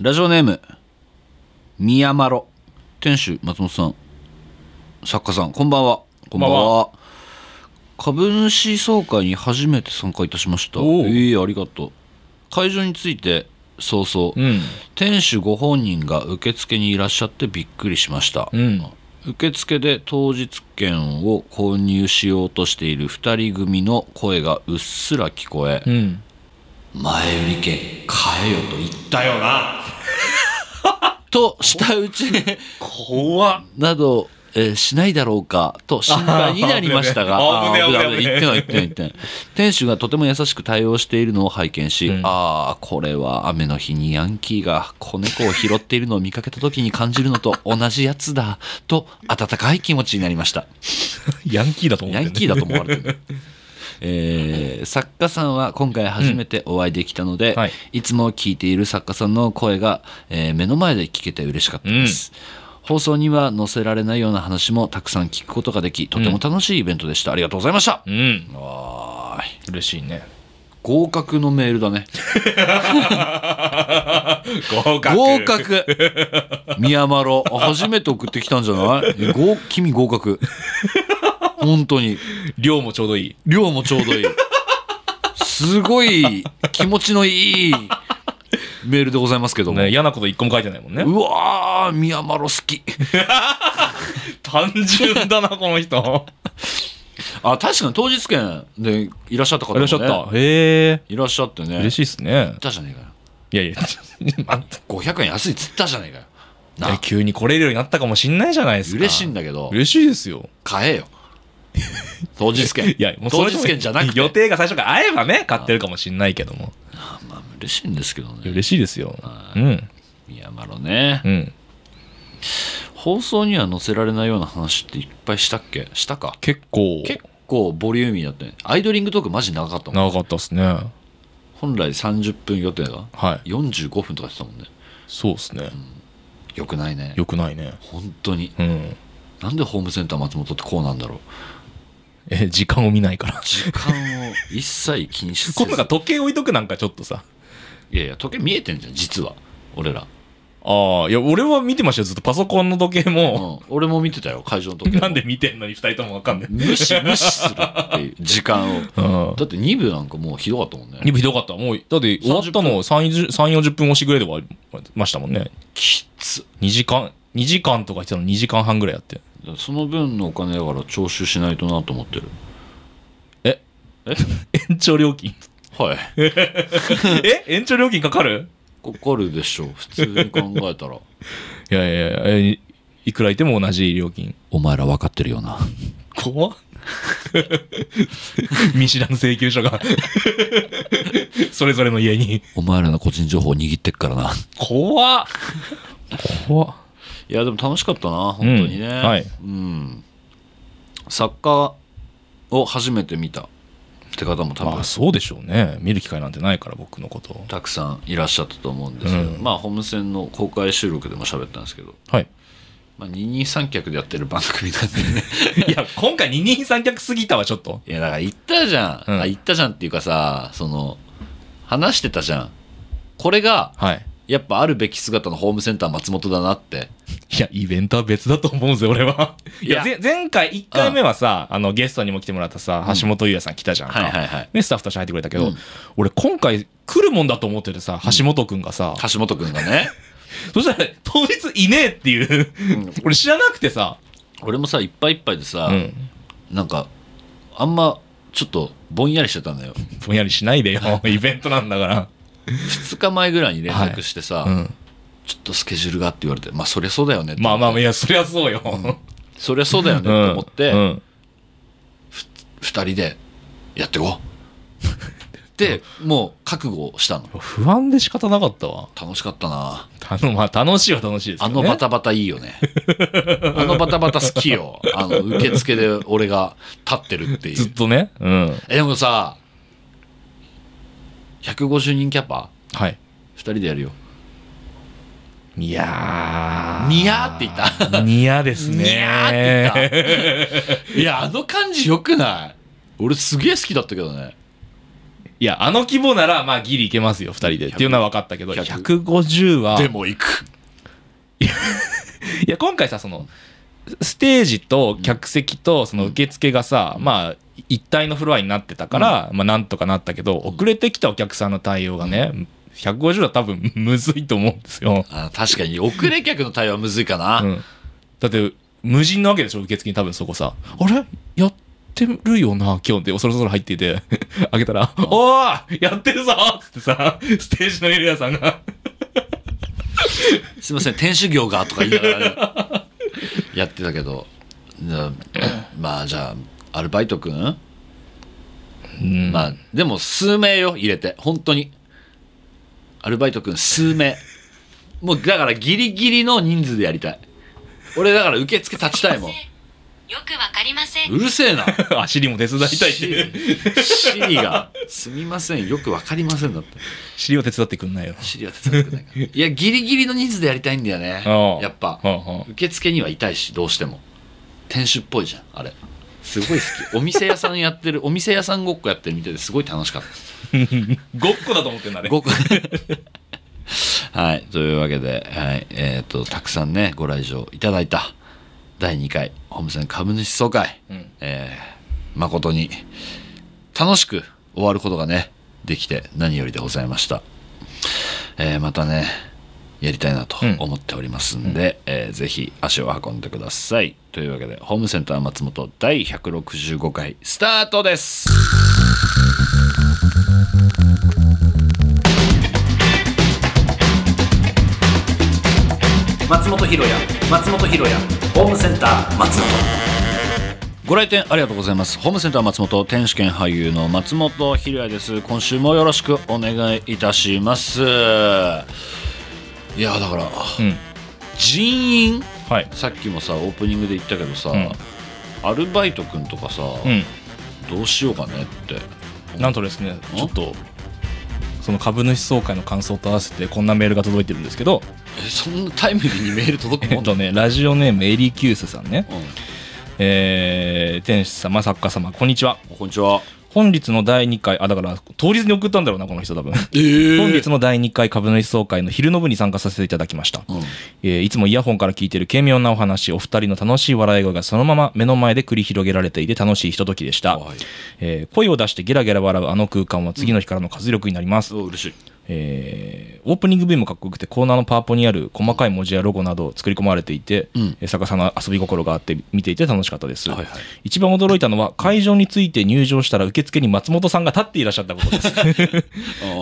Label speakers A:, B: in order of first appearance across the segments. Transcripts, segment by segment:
A: ラジオネーム宮まろ店主松本さん作家さんこんばんはこ
B: んばんは
A: 株主総会に初めて参加いたしました
B: おう
A: ええありがとう会場についてそうそう、
B: うん
A: 店主ご本人が受付にいらっしゃってびっくりしました、
B: うん
A: 受付で当日券を購入しようとしている2人組の声がうっすら聞こえ、
B: うん
A: 前売り券買えよと言ったよなと舌打ち
B: 怖っ
A: など、えーしないだろうかと心配になりましたが
B: あ危ねえ
A: あー
B: 危ねえ危ね
A: 言
B: え
A: ってない言ってない言ってない店主がとても優しく対応しているのを拝見し、
B: うん
A: ああこれは雨の日にヤンキーが子猫を拾っているのを見かけた時に感じるのと同じやつだと温かい気持ちになりました
B: ヤンキーだと思っ
A: ヤ
B: て
A: ンキーだと思われ てる。えー作家さんは今回初めてお会いできたので、
B: うんはい
A: い、つも聞いている作家さんの声が、えー目の前で聞けて嬉しかったです、放送には載せられないような話もたくさん聞くことができとても楽しいイベントでした、ありがとうございました、
B: うん
A: わーい
B: 嬉しいね
A: 合格のメールだね
B: 合格
A: 合格宮丸初めて送ってきたんじゃないえ合君合 格本当に
B: 量もちょうどいい
A: 量もちょうどいいすごい気持ちのいいメールでございますけども、
B: ね嫌なこと一個も書いてないもんね
A: うわー宮丸好き
B: 単純だなこの人
A: あ確かに当日券でいらっしゃった方も、
B: い
A: ね、
B: らっしゃったへえ
A: いらっしゃってね
B: 嬉しいっすね
A: いたじゃねえかよ
B: いやいやあんた
A: 500円安いっつったじゃねえかよな
B: え急に来れるようになったかもしんないじゃないですか
A: 嬉しいん
B: だ
A: だけど
B: 嬉しいですよ
A: 買えよ当日券
B: いやもうそ
A: 当
B: れ
A: 日券じゃなくて
B: 予定が最初から合えばね買ってるかもしんないけども
A: まあ嬉しいんですけどね
B: 嬉しいですようん
A: 宮丸ね、
B: うん
A: 放送には載せられないような話っていっぱいしたっけしたか
B: 結構
A: 結構ボリューミーだったねアイドリングトークマジ長かったもん
B: 長かったっすね
A: 本来30分予定が
B: はい
A: 45分とかしてたもんね
B: そうっすね
A: よくないね
B: よくないね
A: 本当に
B: うん
A: なんでホームセンター松本ってこうなんだろう
B: え時間を見ないから
A: 時間を一切気にしせ
B: 今度
A: ず
B: が時計置いとくなんかちょっとさ
A: いやいや時計見えてんじゃん実は俺ら、
B: ああいや俺は見てましたよずっとパソコンの時計
A: うん、
B: も
A: 俺も見てたよ会場の時計も
B: なんで見てんのに2人ともわかんない
A: 無視無視するっていう時間を
B: うん
A: だって2部なんかもうひどかったもんね
B: 二部ひどかったもうだって終わったの3 4 0分押しぐらいで終わりましたもんね
A: きつ
B: 2時間2時間とか言ってたの2時間半ぐらいやって
A: その分のお金だから徴収しないとなと思ってる
B: 延長料金
A: はい
B: え延長料金かかる
A: かかるでしょ普通に考えたら
B: いやいやいやえいいくらいても同じ料金
A: お前ら分かってるよな
B: 怖っ見知らん請求書がそれぞれの家に
A: お前らの個人情報握ってっからな
B: 怖っ怖っ
A: いやでも楽しかったな本当にね、
B: うんはい
A: うん作家を初めて見たって方も多
B: ま
A: 分
B: あそうでしょうね見る機会なんてないから僕のこと
A: たくさんいらっしゃったと思うんですけど、
B: うん
A: まあホームセンの公開収録でも喋ったんですけど、
B: はい
A: まあ、二人三脚でやってる番組なんで ね
B: いや今回二人三脚すぎたわちょっと
A: いやだから言ったじゃん、
B: うん
A: あ言ったじゃんっていうかさその話してたじゃんこれが
B: はい
A: やっぱあるべき姿のホームセンター松本だなって
B: いや、イベントは別だと思うんですよ、俺は。い
A: い
B: や、
A: や
B: ぜ前回、1回目はさ、あの、ゲストにも来てもらったさ、橋本優也さん来たじゃんか。
A: はいはいはい
B: ね、スタッフとして入ってくれたけ
A: う
B: ど、
A: ん
B: 俺、今回来るもんだと思っててさ、橋本くんがさ、
A: 橋本君がね
B: そしたら、当日いねえっていう、俺知らなくてさ、
A: 俺もさいっぱいいっぱいでさ、
B: うん。
A: なんかあんまちょっとぼんやりしてたんだよ
B: ぼんやりしないでよ、 イベントなんだから。
A: 2日前ぐらいに連絡してさ、
B: うん。
A: ちょっとスケジュールがって言われてまあそりゃそうだよねって
B: まあまあ、いや、そりゃそうよ。
A: そりゃそうだよねって
B: うん
A: 思って、
B: う
A: 二
B: ん
A: 2人でやってこ うでもう覚悟をしたの
B: 不安で仕方なかったわ。
A: 楽しかったな
B: たのまあ、楽しいは楽しいですよ
A: あ
B: ね。
A: のバタバタいいよ ねあのバタバタ好きよあの受付で俺が立ってるってい
B: ずっ
A: う
B: とね。うん。
A: えでもさ150人キャパ
B: はい。
A: 2人でやるよ
B: いやー。
A: ニヤーって言った
B: ニヤですね。
A: ニヤーって言った。いや、あの感じ良くない俺すげえ好きだったけどね。
B: いや、あの規模なら、まあ、ギリいけますよ、二人で。っていうのは分かったけど、
A: 100
B: 150は、
A: でも行く
B: いや、今回さ、その、ステージと客席とその受付がさ、まあ、一体のフロアになってたから、まあ、なんとかなったけど、遅れてきたお客さんの対応がね、150は多分むずいと思うんですよ。
A: あ確かに遅れ客の対応はむずいかな、
B: うん、だって無人なわけでしょ受付に多分そこさ「あれやってるよな今日」でそろそろ入っていて 開けたら「おーやってるぞ!」っつってさステージのエリアさんが
A: すいません店主業がとか言いながらやってたけどなまあじゃあアルバイトくん、
B: うん
A: まあでも数名よ入れて本当にアルバイトくん数名もうだからギリギリの人数でやりたい俺だから受付立ちたいもん
C: よくわかりません。
A: うるせえな
B: あ尻も手伝いたいっ
A: シ
B: て
A: リシリが「すみませんよくわかりません」だって
B: 尻を手伝ってくんないよ
A: シリは手伝ってくれないからいやギリギリの人数でやりたいんだよね
B: ああ
A: やっぱ
B: はあはあ
A: 受付にはいたいしどうしても店主っぽいじゃんあれすごい好きお店屋さんやってるお店屋さんごっこやってるみたいですごい楽しかった
B: ごっこだと思ってんだね
A: ご はいというわけで、はいえー、とたくさんねご来場いただいた第2回ホームセン株主総会、
B: うん
A: えー誠に楽しく終わることがねできて何よりでございました、えーまたねやりたいなと
B: うん
A: 思っておりますんで、えーぜひ足を運んでくださいというわけでホームセンター松本第165回スタートです松本ひろや松本ひろやホームセンター松本ご来店ありがとうございますホームセンター松本天主権俳優の松本ひろやです今週もよろしくお願いいたしますいやだから
B: うん
A: 人員
B: はい
A: さっきもさオープニングで言ったけどさ、
B: ん
A: アルバイト君とかさ、
B: うん
A: どうしようかねって
B: なんとですねちょっとその株主総会の感想と合わせてこんなメールが届いてるんですけど
A: えそんなタイムリーにメール届く
B: え
A: も
B: っ
A: んだ、
B: とねラジオネームエリキュースさんね
A: う
B: えー、店主様作家様こんにちは
A: ん、こんにちは
B: 本日の第2回あだから当日に送ったんだろうなこの人多分
A: えー
B: 本日の第2回株主総会の昼の部に参加させていただきました、
A: うん
B: えーいつもイヤホンから聞いている軽妙なお話お二人の楽しい笑い声がそのまま目の前で繰り広げられていて楽しいひとときでした、
A: はい
B: えー声を出してゲラゲラ笑うあの空間は次の日からの活力になります、
A: お嬉しい
B: えーオープニング V もかっこよくてコーナーのパワポにある細かい文字やロゴなど作り込まれていて、
A: うん
B: えー作家さんの遊び心があって見ていて楽しかったです、
A: はいはい
B: 一番驚いたのは会場について入場したら受付に松本さんが立っていらっしゃったことです
A: あ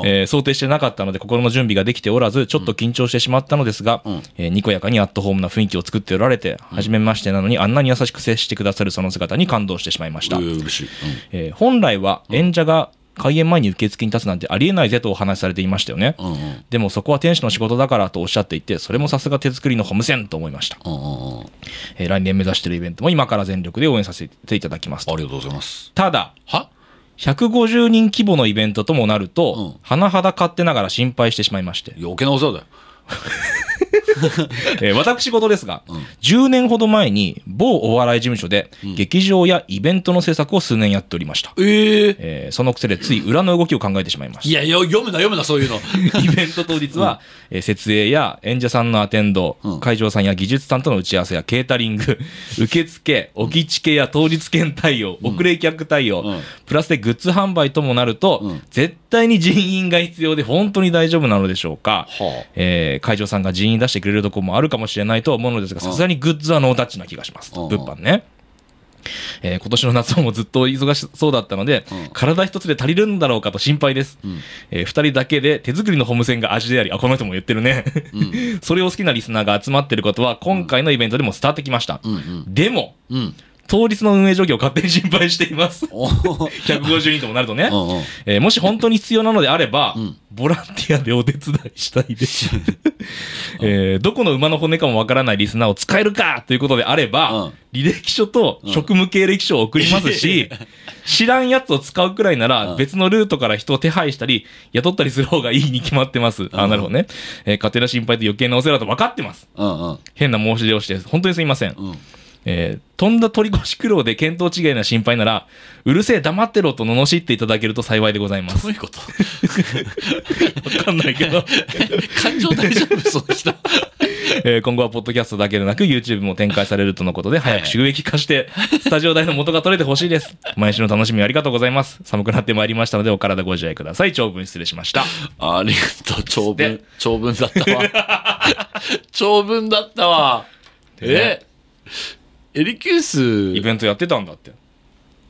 B: えー想定してなかったので心の準備ができておらずちょっと緊張してしまったのですが、
A: ん
B: えーにこやかにアットホームな雰囲気を作っておられて、初めましてなのにあんなに優しく接してくださるその姿に感動してしまいました、
A: ー嬉しい、うん
B: えー本来は演者が開演前に受付に立つなんてありえないぜとお話しされていましたよね、
A: うんうん
B: でもそこは天使の仕事だからとおっしゃっていてそれもさすが手作りのホームセンと思いました、
A: うんうんうん
B: えー来年目指しているイベントも今から全力で応援させていただきます
A: ありがとうございます。
B: ただ
A: は
B: 150人規模のイベントともなると、甚だ勝手ながら心配してしまいまして、
A: 余計なお世話だよ。
B: えー私事ですが、10年ほど前に某お笑い事務所で劇場やイベントの制作を数年やっておりました、
A: ええ
B: えーそのくせでつい裏の動きを考えてしまいました
A: いや、よ読むな、読むな、そういうの。
B: イベント当日は、えー設営や演者さんのアテンド、
A: うん
B: 会場さんや技術さんとの打ち合わせやケータリング、 受付、置き地けや当日券対応、遅れ客対応、
A: うん
B: プラスでグッズ販売ともなると、
A: うん
B: 絶対に人員が必要で本当に大丈夫なのでしょう
A: は
B: か。
A: あ
B: えー会場さんが人員出してくれるとこもあるかもしれないとは思うのですが、さすがにグッズはノータッチな気がします。
A: うん
B: 物販ね。えー今年の夏もずっと忙しそうだったので、
A: うん
B: 体一つで足りるんだろうかと心配です。
A: ん
B: えー二人だけで手作りのホームセンが味であり、あ、この人も言ってるね。 それを好きなリスナーが集まってることは、今回のイベントでも伝わってきました。
A: うんうん。
B: でも、
A: うん。
B: 当日の運営状況を勝手に心配しています。
A: おー
B: 150人ともなるとね。
A: うんうん
B: えーもし本当に必要なのであれば、
A: ん
B: ボランティアでお手伝いしたいです、 えーどこの馬の骨かもわからないリスナーを使えるかということであれば、
A: うん
B: 履歴書と職務経歴書を送りますし、知らんやつを使うくらいなら
A: ん
B: 別のルートから人を手配したり雇ったりする方がいいに決まってます、あなるほどね、えー勝手な心配と余計なお世話だと分かってます
A: うんうん
B: 変な申し出をして本当にすみません、
A: うん
B: えー飛んだ取り越し苦労で見当違いな心配なら、うるせえ黙ってろと罵っていただけると幸いでございま
A: ど
B: す。
A: ういうこと
B: わかんないけど、
A: 感情大丈 夫そうでした。
B: えー今後はポッドキャストだけでなく YouTube も展開されるとのことで、早く収益化して、スタジオ代の元が取れてほしいです。毎週の楽しみありがとうございます。寒くなってまいりましたので、お体ご自愛ください。長文失礼しました。
A: ありがとう。長
B: で
A: 文、長文だったわ。 長文だったわ。え
B: で
A: エリキュ
B: イ
A: ース、
B: ベントやってたんだって。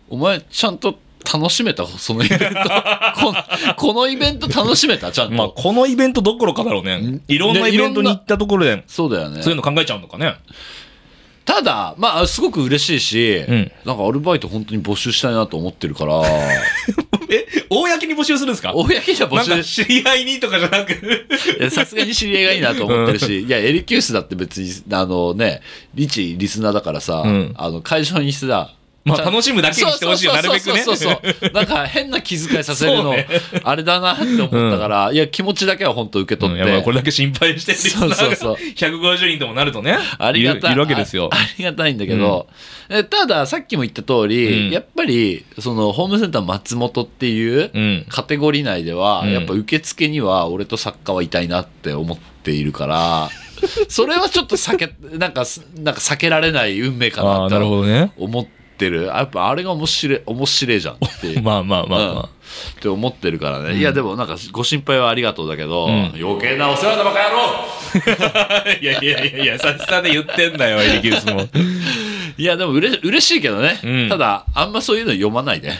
A: お前ちゃんと楽しめたそのイベント。このこのイベント楽しめたちゃんと。
B: まあ、このイベントどころかだろうね
A: ん。
B: いろんな
A: ね
B: イベントに行ったところで、
A: そうだよね
B: そう。いうの考えちゃうのかね。
A: ただ、まあ、すごく嬉しいし、
B: うん
A: なんかアルバイト本当に募集したいなと思ってるから、
B: え、公に募集するんですか
A: 公には募
B: なん
A: 集
B: か
A: し
B: 知り合いにとかじゃなく。
A: いやさすがに知り合いがいいなと思ってるし、いや、エリキュースだって別に、あのね、一リスナーだからさ、
B: うん
A: あの、会場にさ、
B: まあ
A: ちゃん
B: 楽しむだけにしてほしいよ
A: そうそうそう
B: なるべく
A: そう
B: ね
A: そうそう。なんか変な気遣いさせる
B: そう
A: の
B: ね、
A: あれだなって思ったから、いや、気持ちだけは本当受け取
B: うん
A: っ
B: や
A: て、
B: ばいこれだけ心配してるリスナーが
A: そうそうそう
B: 150人ともなるとね。
A: ありがたい
B: るるわけですよ
A: あ。ありがたいんだけど、えただ、さっきも言った通り、
B: うん
A: やっぱり、その、ホームセンター松本っていう、
B: うん。
A: カテゴリー内では、
B: うん
A: やっぱ受付には俺と作家はいたいなって思っている から、それはちょっと避け、なんかす、なんか避けられない運命か
B: あ
A: な
B: あ、
A: っ
B: なる
A: て
B: ほどね。
A: 思ってる。やっぱあれが面白い、面白いじゃんって。
B: まあま あまあまあ。
A: うんって思ってるからね。いや、でもなんかご心配はありがとうだけど、
B: ん
A: 余計なお世話なバカ野郎
B: いやいやいやいや、さっさで言ってんだよ、エリキュースも。
A: いや、でもうれ嬉しいけどね。
B: うん、
A: ただ、あんまそういうの読まないで。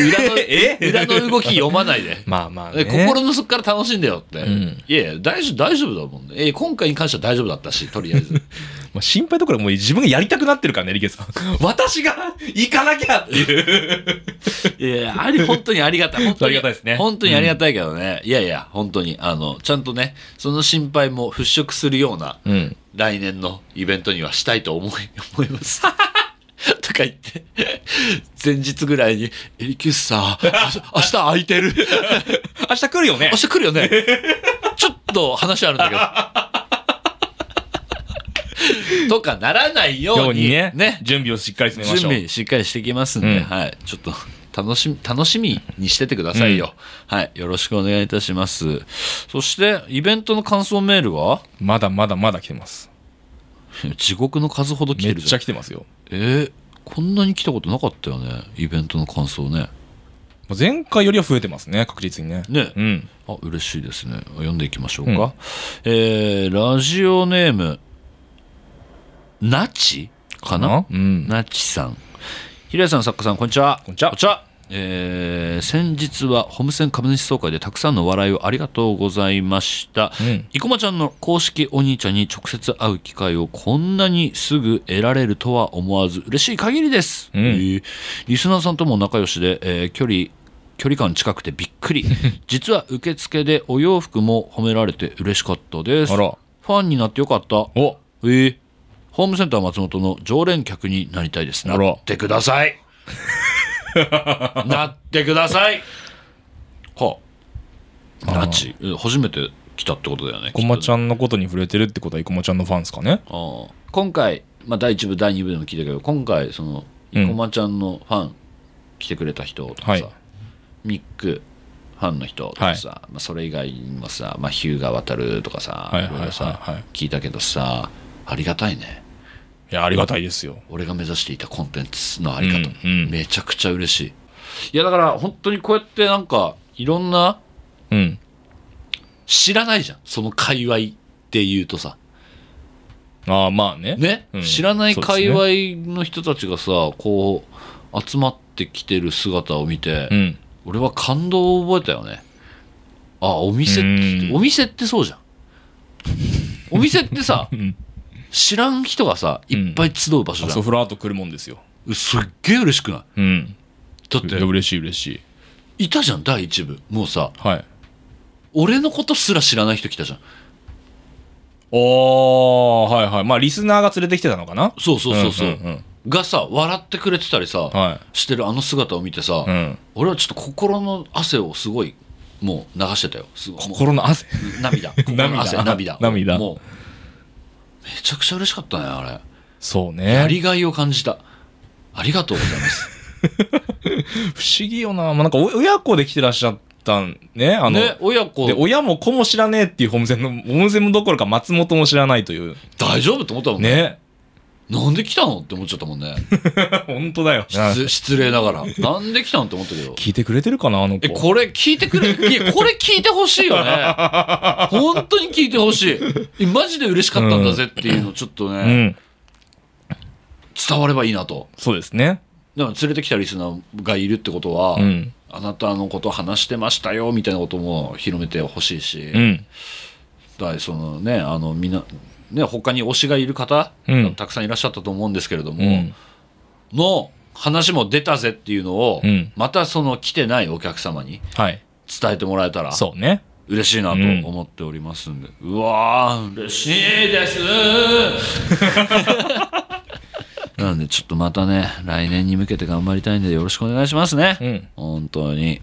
A: 裏の
B: え
A: 裏の動き読まないで。
B: まあまあね。
A: え心の底から楽しんでよって。
B: ん
A: いやいや、大丈夫、大丈夫だもんね。え今回に関しては大丈夫だったし、とりあえず。
B: まあ心配どころかもう自分がやりたくなってるからね、エリキュースは私が行かなきゃっていう。
A: いやいや、あり、本当にありがたい。本当に
B: ありがたいですね
A: 本当にありがたいけどね。いやいや、本当に、あの、ちゃんとね、その心配も払拭するような、
B: うん。
A: 来年のイベントにはしたいと思い、 思います。とか言って、前日ぐらいに、エリキュースさ、明日明日空いてる。
B: 明日来るよね
A: 明。日来るよ ね。ちょっと話あるんだけ ど。とかならないよ
B: よ
A: う
B: うに
A: に
B: ね
A: ね。
B: 準備をしっかり進めま
A: 準
B: しょう。
A: 備しっかりしていきますんで、
B: うん
A: はい。ちょっと楽しみ、楽しみにしててくださいよ、はい。よろしくお願いいたします。そして、イベントの感想メールは
B: まだまだまだ来てます。
A: 地獄の数ほど来て
B: めっ
A: る
B: ち
A: じゃ
B: ゃ
A: ん。
B: 来てますよ。
A: えーこんなに来たことなかったよね。イベントの感想ね。
B: まあ前回よりは増えてますね、確実にね。
A: ね
B: うん。
A: あ、嬉しいですね。読んでいきましょうか。
B: うん
A: えーラジオネーム、ナチかな
B: うん。
A: ナチさん。平井さん、作家さん、こんにちは。
B: こんにちは
A: えー先日はホームセン株主総会でたくさんの笑いをありがとうございました。
B: うん
A: 生駒ちゃんの公式お兄ちゃんに直接会う機会をこんなにすぐ得られるとは思わず嬉しい限りです、
B: ん
A: えーリスナーさんとも仲良しで、えー距離距離感近くてびっく り実は受付でお洋服も褒められて嬉しかったです
B: あ
A: フ
B: ら
A: ァンになってよかった
B: お
A: えーホームセンター松本の常連客になりたいですな
B: あら
A: ってくださ いなってくださいはあナチえ初めて来たってことだよね
B: こまちゃ
A: ん
B: んのことに触れてるってことは、いこまちゃんのファンですかね。
A: 今回、まあ、第1部第2部でも聞いたけど今回その
B: うん
A: 生駒ちゃんのファン来てくれた人とかさ、
B: はい
A: ミックファンの人とかさ、まあ、それ以外にもさ、まあ、ヒューガ渡るとかさ、
B: はいはいはいはい
A: ろろさ聞いたけどさありがたいね
B: いや、ありがたいですよ。
A: 俺が目指していたコンテンツのあり方、
B: うんうん
A: めちゃくちゃ嬉しいいやだから本当にこうやってなんかいろんな
B: うん。
A: 知らないじゃんその界隈っていうとさ
B: ああ、まあね。
A: ね、
B: うん
A: 知らない界
B: そう
A: 隈の人たちがさこう集まってきてる姿を見て、
B: うん。
A: 俺は感動を覚えたよねあお店って
B: うん
A: お店ってそうじゃんお店ってさ
B: ん
A: 知らん人がさいっぱい集う場所
B: あ
A: じゃ
B: そ
A: ん
B: う、、ふらっと来るもんですよ。
A: すっげえ嬉しくない
B: うん。
A: だっ
B: いや
A: て
B: 嬉しい嬉しい。
A: いたじゃん第一部もうさ
B: はい。
A: 俺のことすら知らない人来たじゃん
B: おー、はいはい。まあ、リスナーが連れてきてたのかな
A: そうそうそうそう,、
B: んんん
A: がさ笑ってくれてたりさ、
B: は
A: してるあの姿を見てさ、
B: い。うん。
A: 俺はちょっと心の汗をすごいもう流してたよすごいもう
B: 心の汗。
A: 涙心の汗
B: 涙
A: 涙
B: 涙
A: もうめちゃくちゃ嬉しかったねあれ
B: そう
A: や
B: ね
A: りがいを感じたありがとうございます
B: 不思議よな,、まあ、なんかお親子で来てらっしゃったんねあの
A: ね親子
B: で親も子も知らねえっていうホームセンのホームセンどころか松本も知らないという
A: 大丈夫って思ったもんね
B: ね
A: なんで来たのって思っちゃったもんね
B: 本当だよ
A: 失失礼ながらなんで来たのって思ったけど
B: 聞いてくれてるかなあの子
A: えこれ聞いてくれいやこれ聞いてほしいよ ね本当に聞いてほしいマジで嬉しかったんだぜっていうのちょっとね、
B: うん
A: 伝わればいいなと
B: そうですね
A: だから連れてきたリスナーがいるってことは、
B: うん
A: あなたのこと話してましたよみたいなことも広めてほしいし、
B: うん
A: だからそのねあのみんな、ね、他に推しがいる方、
B: うん
A: たくさんいらっしゃったと思うんですけれども、
B: うん
A: の話も出たぜっていうのを、
B: うん
A: またその来てないお客様に
B: はい
A: 伝えてもらえたら
B: そうね
A: 嬉しいなと
B: うん
A: 思っておりますんで、うわー嬉しいです なのでちょっとまたね来年に向けて頑張りたいんでよろしくお願いしますね、
B: うん
A: 本当に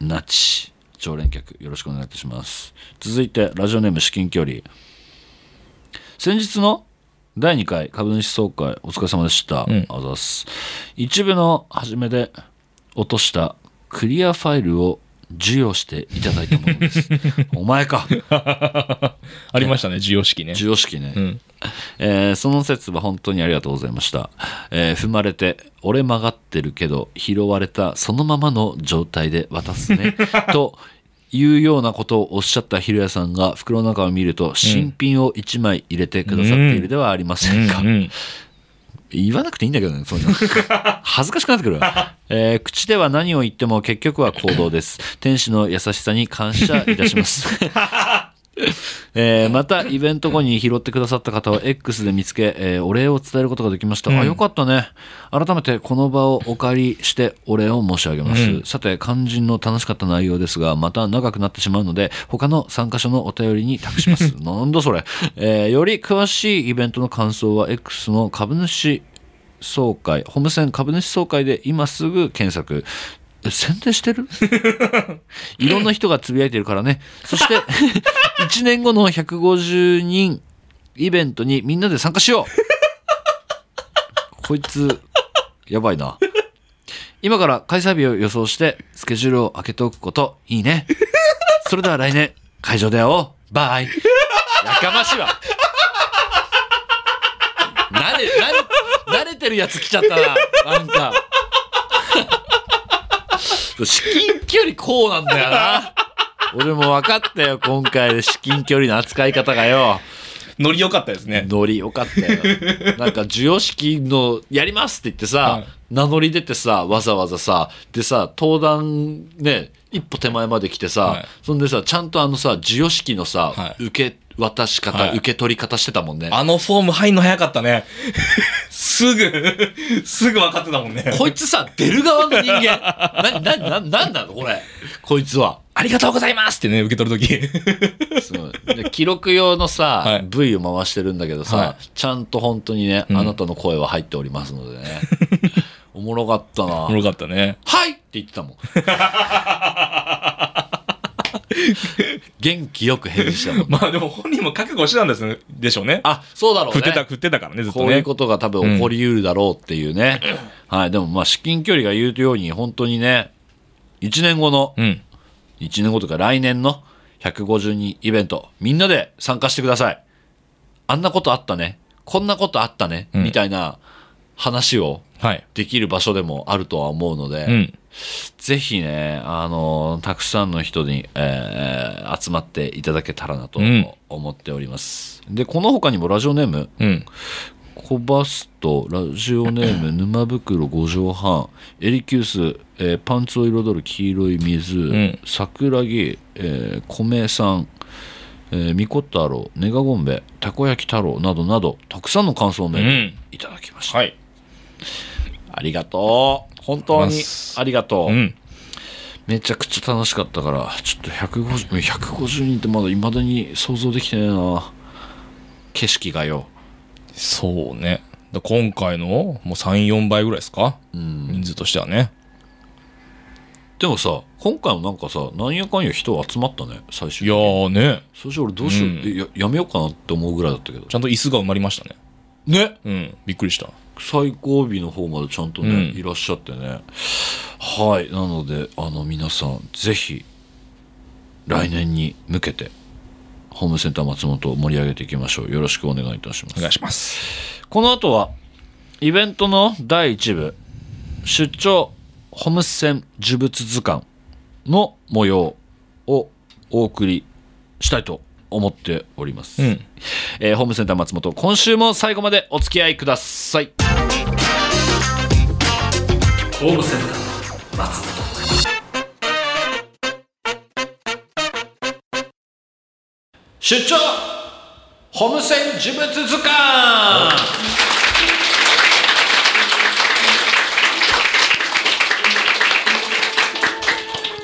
A: ナチ常連客よろしくお願いいたします続いてラジオネーム至近距離先日の第2回株主総会お疲れ様でした、
B: ん
A: あざっす一部の初めで落としたクリアファイルを授与していただいたものですお前か
B: ありましたね授与式ね
A: 授与式ね、
B: ん
A: えーその説は本当にありがとうございました、えー踏まれて俺曲がってるけど拾われたそのままの状態で渡す ねというようなことをおっしゃったひろやさんが袋の中を見ると新品を1枚入れてくださっているではありませんか、
B: うんうん
A: 言わなくていいんだけどね、 そんな。恥ずかしくなってくるわ。えー口では何を言っても結局は行動です。天使の優しさに感謝いたします。えーまた、イベント後に拾ってくださった方を X で見つけ、えーお礼を伝えることができました。あ、よかったね。改めて、この場をお借りしてお礼を申し上げます。さて、肝心の楽しかった内容ですが、また長くなってしまうので、他の参加者のお便りに託します。なんだそれ。えーより詳しいイベントの感想は X の株主総会、ホームセン株主総会で今すぐ検索。え宣伝してるいろんな人がつぶやいてるからね。そして、1年後の150人イベントにみんなで参加しようこいつ、やばいな。今から開催日を予想して、スケジュールを開けておくこと、いいね。それでは来年、会場で会おう。バイ。やかましいわ。慣れ、慣れ、慣れてるやつ来ちゃったな。なんか。至近距離こうなんだよな。俺も分かったよ、今回で至近距離の扱い方がよ。
B: ノリ良かったですね
A: ノリよかったよ。なんか、授与式の、やりますって言ってさ、名乗り出てさ、わざわざさ、でさ、登壇ね、一歩手前まで来てさ、
B: はい
A: そんでさ、ちゃんとあのさ、授与式のさ、
B: は
A: 受け渡し方、
B: はい
A: 受け取り方してたもんね。
B: あのフォーム入んの早かったねすぐすぐ分かってたもんね
A: こいつさ、出る側の人間。 な、な、な、なんなのこれ。こいつは。
B: ありがとうございますってね受け取る とき
A: すごいで記録用のさ、
B: はい
A: V を回してるんだけどさ、
B: は
A: ちゃんと本当にね、あなたの声は入っておりますので ね。おもろかったな。
B: おもろかったね
A: はいって言ってたもん。元気よく返事したもん。
B: まあでも本人も覚悟してたんですねでしょうね
A: あ、そうだろう
B: 振ってた
A: ね。
B: 振ってたからねずっとね
A: こういうことが多分起こりうるだろうっていうね。はい。でもまあ、至近距離が言うように、本当にね、1年後の、
B: うん
A: 1年後というか来年の150人イベント、みんなで参加してください。あんなことあったね。こんなことあったね。
B: ん
A: みたいな話を
B: はい
A: できる場所でもあるとは思うので、
B: うん
A: ぜひね、あのたくさんの人に、えー集まっていただけたらなと
B: うん
A: 思っております。で、この他にもラジオネーム、
B: うん
A: コバスト、ラジオネー ム、沼袋五畳半、エリキュース、えーパンツを彩る黄色い水、
B: ん
A: 桜木、えー、米さん、えー、みこ太郎、ネガゴンベ、たこ焼き太郎などなど、たくさんの感想メ
B: う
A: ール
B: ん
A: いただきました。
B: はい
A: ありがとう。本当にありがとう。
B: うん
A: めちゃくちゃ楽しかったから、ちょっと150、150人ってまだ未だに想像できてないな。景色がよ。
B: そうねだ今回のもう34倍ぐらいですか
A: うん。
B: 人数としてはね
A: でもさ、今回もなんかさ、なんやかんや人集まったね、最終
B: いや
A: 的に。
B: ーね
A: 最初俺どうしよう、
B: うん
A: えややめようかなって思うぐらいだったけど。
B: ちゃんと椅子が埋まりましたね
A: ね
B: うん、びっくりした。
A: 最後尾の方までちゃんとね、
B: うん
A: いらっしゃってねはいなのであの皆さんぜひ来年に向けてホームセンター松本を盛り上げていきましょうよろしくお願いいたします
B: お願いします。
A: この後はイベントの第1部出張ホムセン呪物図鑑の模様をお送りしたいと思っております、
B: うん。
A: えーホームセンター松本今週も最後までお付き合いくださいホームセンター松本出張ホームセン呪物図鑑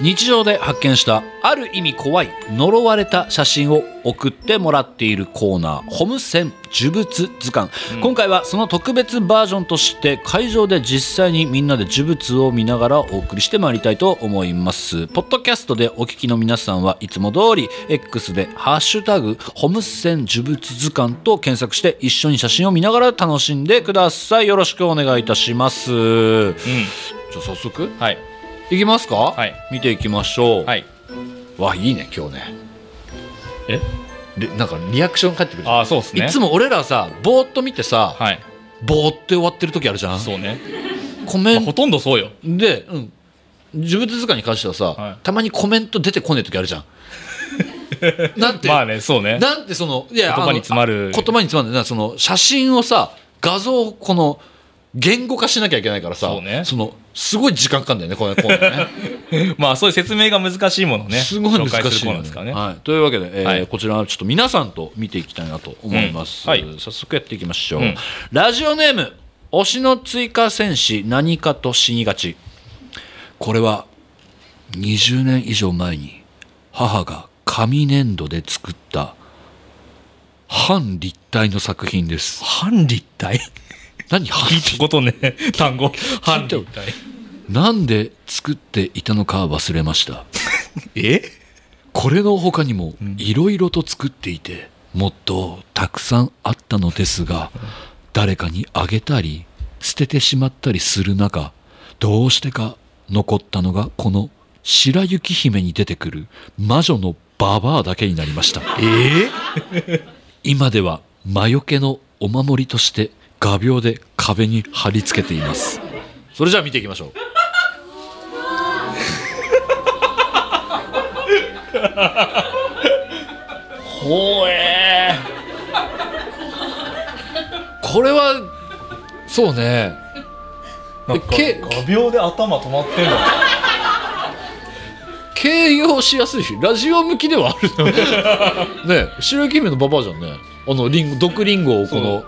A: 日常で発見したある意味怖い呪われた写真を送ってもらっているコーナー「ホムセン呪物図鑑」今回はその特別バージョンとして会場で実際にみんなで呪物を見ながらお送りしてまいりたいと思いますポッドキャストでお聞きの皆さんはいつも通り X で「ハッシュタグホムセン呪物図鑑」と検索して一緒に写真を見ながら楽しんでくださいよろしくお願いいたします、じゃあ早速
B: はい。
A: いきますか、
B: はい
A: 見ていきましょう、
B: はい。
A: わいいね今日ね
B: え
A: でなんかリアクション返ってくる
B: ああ、そうですね。
A: いつも俺らさぼーっと見てさ、
B: はい。
A: ぼーって終わってる時あるじゃん
B: そうね。
A: コメ
B: まあ
A: ン
B: ほ
A: ト
B: とんどそうよ。
A: で、うん、自分図鑑に関してはさ、
B: はい
A: たまにコメント出てこねえ時あるじゃ んなんて、
B: まあね、そうね。
A: なんてそのいや
B: 言葉
A: あの
B: に詰まる
A: あ言葉に詰まるなその写真をさ画像をこの言語化しなきゃいけないからさ
B: そうね
A: のすごい時間かかんだよねこのコーナーね
B: まあそういう説明が難しいものをね。
A: すごい難
B: 紹
A: し
B: 介す
A: いよ
B: るコーナ
A: ね
B: ーですからね。
A: はい、というわけで、えー
B: はい
A: こちらはちょっと皆さんと見ていきたいなと思います、
B: うんはい
A: 早速やっていきましょう、
B: うん
A: ラジオネーム推しの追加戦士何かと死にがちこれは20年以上前に母が紙粘土で作った半立体の作品です
B: 反立体
A: 何半立
B: 聞い たことね、単語。反立体。
A: なんで作っていたのか忘れました
B: え
A: これの他にもいろいろと作っていてもっとたくさんあったのですが誰かにあげたり捨ててしまったりする中どうしてか残ったのがこの白雪姫に出てくる魔女のババアだけになりました
B: え
A: 今では魔除けのお守りとして画鋲で壁に貼り付けていますそれじゃあ見ていきましょう
B: ほえ
A: これはそうねなんかけ
B: 鋲で頭止まってんだ。
A: 形容しやすいしラジオ向きではある のね白雪姫のババアじゃんねあのリンゴ毒リンゴをこの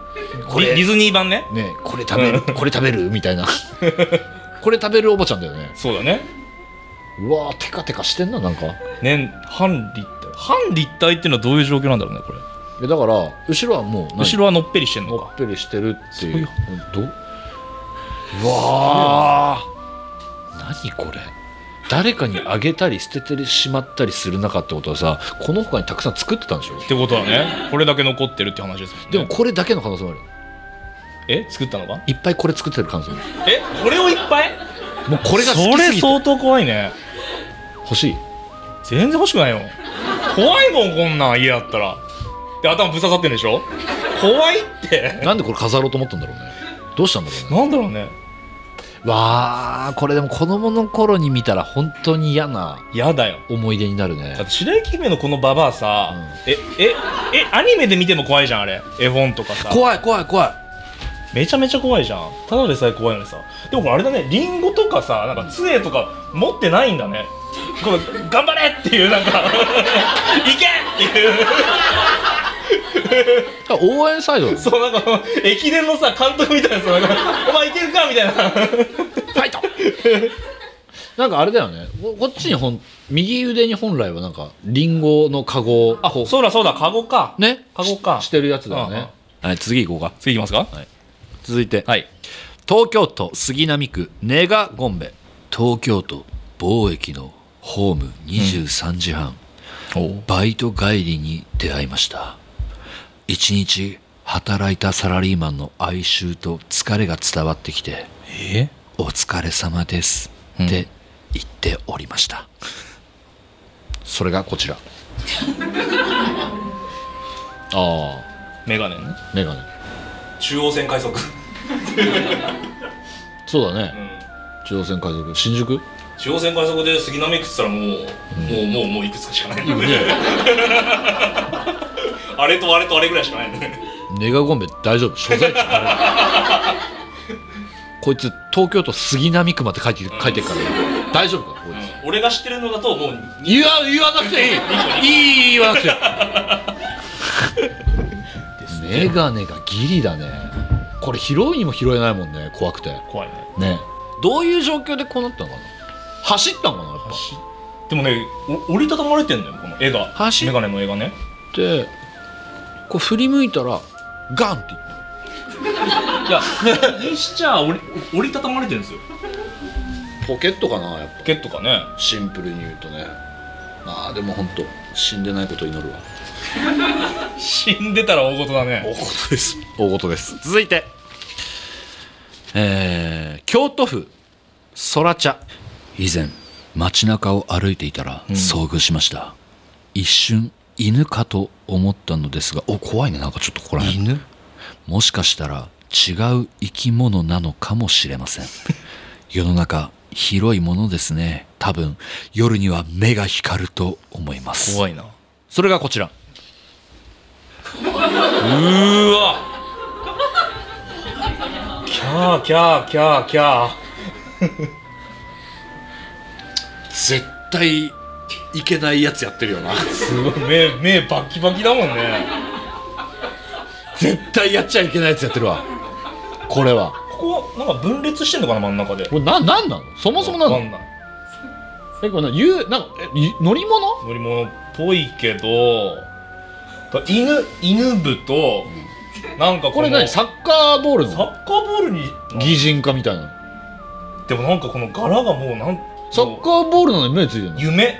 A: こ
B: デ
A: れ
B: ィディズニー版ね。
A: ねこれ食べるこれ食べるみた いなこれ食べるおばちゃんだよね
B: そうだね。
A: うわーテカテカしてんななんか
B: ね、反立体。反立体っていうのはどういう状況なんだろうね、これ。
A: えだから後ろはもう何
B: 後ろはのっぺりしてんの
A: の
B: か
A: っ。ぺりしてるっていうどう
B: ああ。
A: 何これ誰かにあげたり捨ててしまったりする中ってことはさこの他にたくさん作ってたんでしょ
B: ってことはね、これだけ残ってるって話ですもんね。
A: でもこれだけの可能性もあるよ
B: え作ったのか
A: いっぱいこれ作ってる可能性もあ
B: えこれをいっぱい
A: るもうこれが好
B: そ
A: きす
B: れ
A: ぎて
B: 相当怖いね
A: 欲しい
B: 全然欲しくないよ怖いもんこんなん家だったらで頭ぶっ刺さってんでしょ怖いって
A: なんでこれ飾ろうと思ったんだろうねどうしたんだろうね
B: なんだろうね
A: わあこれでも子供の頃に見たら本当に嫌な
B: やだよ
A: 思い出になるね
B: だって白雪姫のこのババアさ、えええアニメで見ても怖いじゃんあれ絵本とかさ
A: 怖い怖い怖い
B: めちゃめちゃ怖いじゃんただでさえ怖いのにさでもこれあれだねリンゴとかさなんか杖とか持ってないんだねこれ頑張れっていうなんか いけっていう
A: あ応援サイドだね
B: そうなんか駅伝のさ監督みたいなさなんかお前いけるかみたいな
A: ファイト なんかあれだよねここっちに本右腕に本来はなんかリンゴのカゴをこう
B: そうだそうだカゴか
A: ね
B: カゴか
A: ししてるやつだよ
B: うん
A: ねはい次行こうか
B: 次いきますか
A: 続いて
B: はい
A: 東京都杉並区ネガゴンベ東京都貿易のホーム23時半、
B: お
A: バイト帰りに出会いました一日働いたサラリーマンの哀愁と疲れが伝わってきて
B: え
A: 「お疲れ様です」
B: うん
A: って言っておりました、それがこちらあ あ
B: メガネね
A: メガネ
B: 中央線快速、
A: そうだね中央線海賊新宿
B: 中央線快速で杉並区って言ったらもう、もうもうもういくつかしかない、 あれとあれとあれぐらいしかないね
A: ネガゴンベ大丈夫所在地あれこいつ東京都杉並区まで書いて書いてるから大丈夫かこいつ
B: 俺が知ってるのだともう
A: 言わ言わなくていいいい言わなくていいメガネがギリだねこれ拾うにも拾えないもんね怖くて
B: 怖いね
A: ねどういう状況でこうなったのかな走ったのかなやっぱ
B: でもねお折りたたまれてんだよこの絵が
A: 走っ
B: メガネの絵がね
A: でこう振り向いたらガンって言っ
B: いや にしちゃ折り折りたたまれてるんですよ
A: たポケットかなやっぱ
B: ポケットかね
A: シンプルに言うとねまあでも本当死んでないことを祈るわ
B: 死んでたら大事だね
A: 事です大事です続いてえー京都府そら茶以前街中を歩いていたら遭遇しました、一瞬犬かと思ったのですがお怖いねなんかちょっとここら辺
B: 犬
A: もしかしたら違う生き物なのかもしれません世の中広いものですね多分夜には目が光ると思います
B: 怖いなう
A: それがこちら
B: ーわキャーキャーキャーキャー
A: 絶対いけないやつやってるよな
B: すごい目目バキバキだもんね
A: 絶対やっちゃいけないやつやってるわこれは
B: ここはなんか分裂してんのかな真ん中で
A: これななんなのそもそもな
B: わか
A: の
B: んない
A: えこれなゆうなんかえい乗り物
B: 乗り物っぽいけどだ犬犬部となんかこの
A: これ何サ
B: サ
A: ッカーボール
B: ッ
A: の
B: カーボールに
A: 擬人化みたいな
B: でもなんかこの柄がもうなん
A: サッカーボールなのに目ついてるの、
B: 夢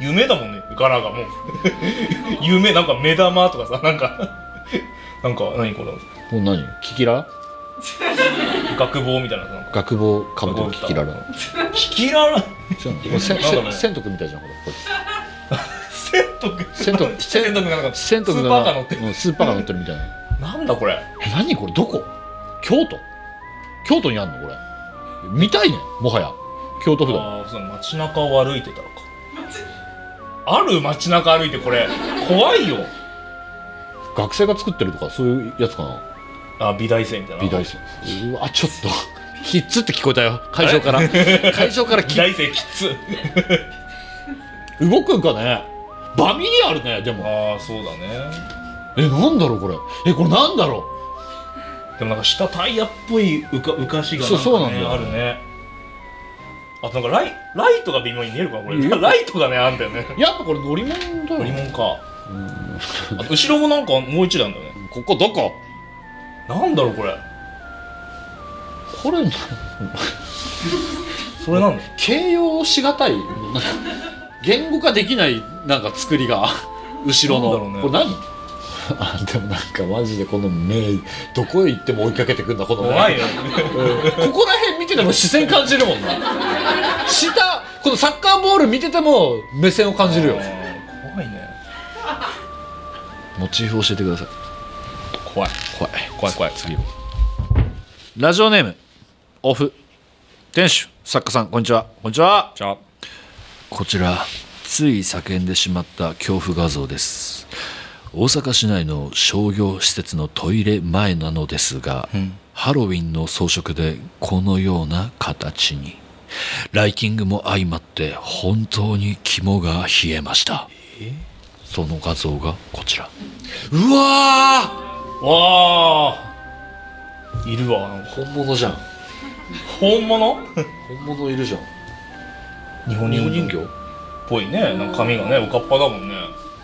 A: うん
B: 夢だもんね柄がもう 夢なんか目玉とかさなんかなんか何この
A: これ何キキラ
B: 学帽みたいななんか
A: 学帽かぶってるキキララ
B: キキラ
A: 違
B: ラ
A: うのこれせん
B: なんだろ
A: せ
B: うね
A: せんとくみたいじゃんほらこれ
B: セン トく
A: セント
B: セントくなんか
A: せんとく
B: スー
A: が
B: パーカー乗ってる
A: うんスーパーカー乗ってるみたいな
B: なんだこれ
A: え何これどこ京都京都にあんのこれ見たいねもはや京都府だ
B: ああその街中を歩いてたのかある街中歩いてこれ怖いよ
A: 学生が作ってるとかそういうやつかな
B: あ美大生みたいな
A: 美大生うわちょっとキッズって聞こえたよ会場から 会場から
B: 美
A: き
B: 大生きつ
A: 動くんかねバミリあるねでも
B: ああそうだね
A: えなんだろうこれえこれなんだろ
B: でもなんか下タイヤっぽいうか浮かしがなん
A: そ
B: か、ね、
A: うそうなんだよ
B: あるねあとなんかライライトが微妙に見えるかなこれライトがねあんだよね
A: うやっぱこれ乗り物だよ
B: 乗り物かあと後ろもなんかもう一段だよね
A: ここどこ
B: なんだろうこれ
A: これ
B: それなんだ
A: 形容しがたい言語化できないなんか作りが後ろの、
B: なんだろう
A: これ
B: ね
A: 何 あでもなんかマジでこの目どこへ行っても追いかけてくんだこの目
B: 怖いよ
A: うんここら辺見てても視線感じるもんな下このサッカーボール見てても目線を感じるよ
B: あー怖いね
A: モチーフ教えてください
B: 怖い
A: 怖い
B: 怖い怖い次
A: ラジオネームオフ店主作家さんこんにちはこんにちは
B: じゃあ
A: こちらつい叫んでしまった恐怖画像です大阪市内の商業施設のトイレ前なのですが、ハロウィンの装飾でこのような形にライティングも相まって本当に肝が冷えましたその画像がこちらうわ
B: わあいるわなんか
A: ー本物じゃん
B: 本物
A: 本物いるじゃん
B: 日本
A: 日本人
B: 形
A: 形
B: っ
A: こ
B: ぽいねなんか髪がねおかっぱだもんね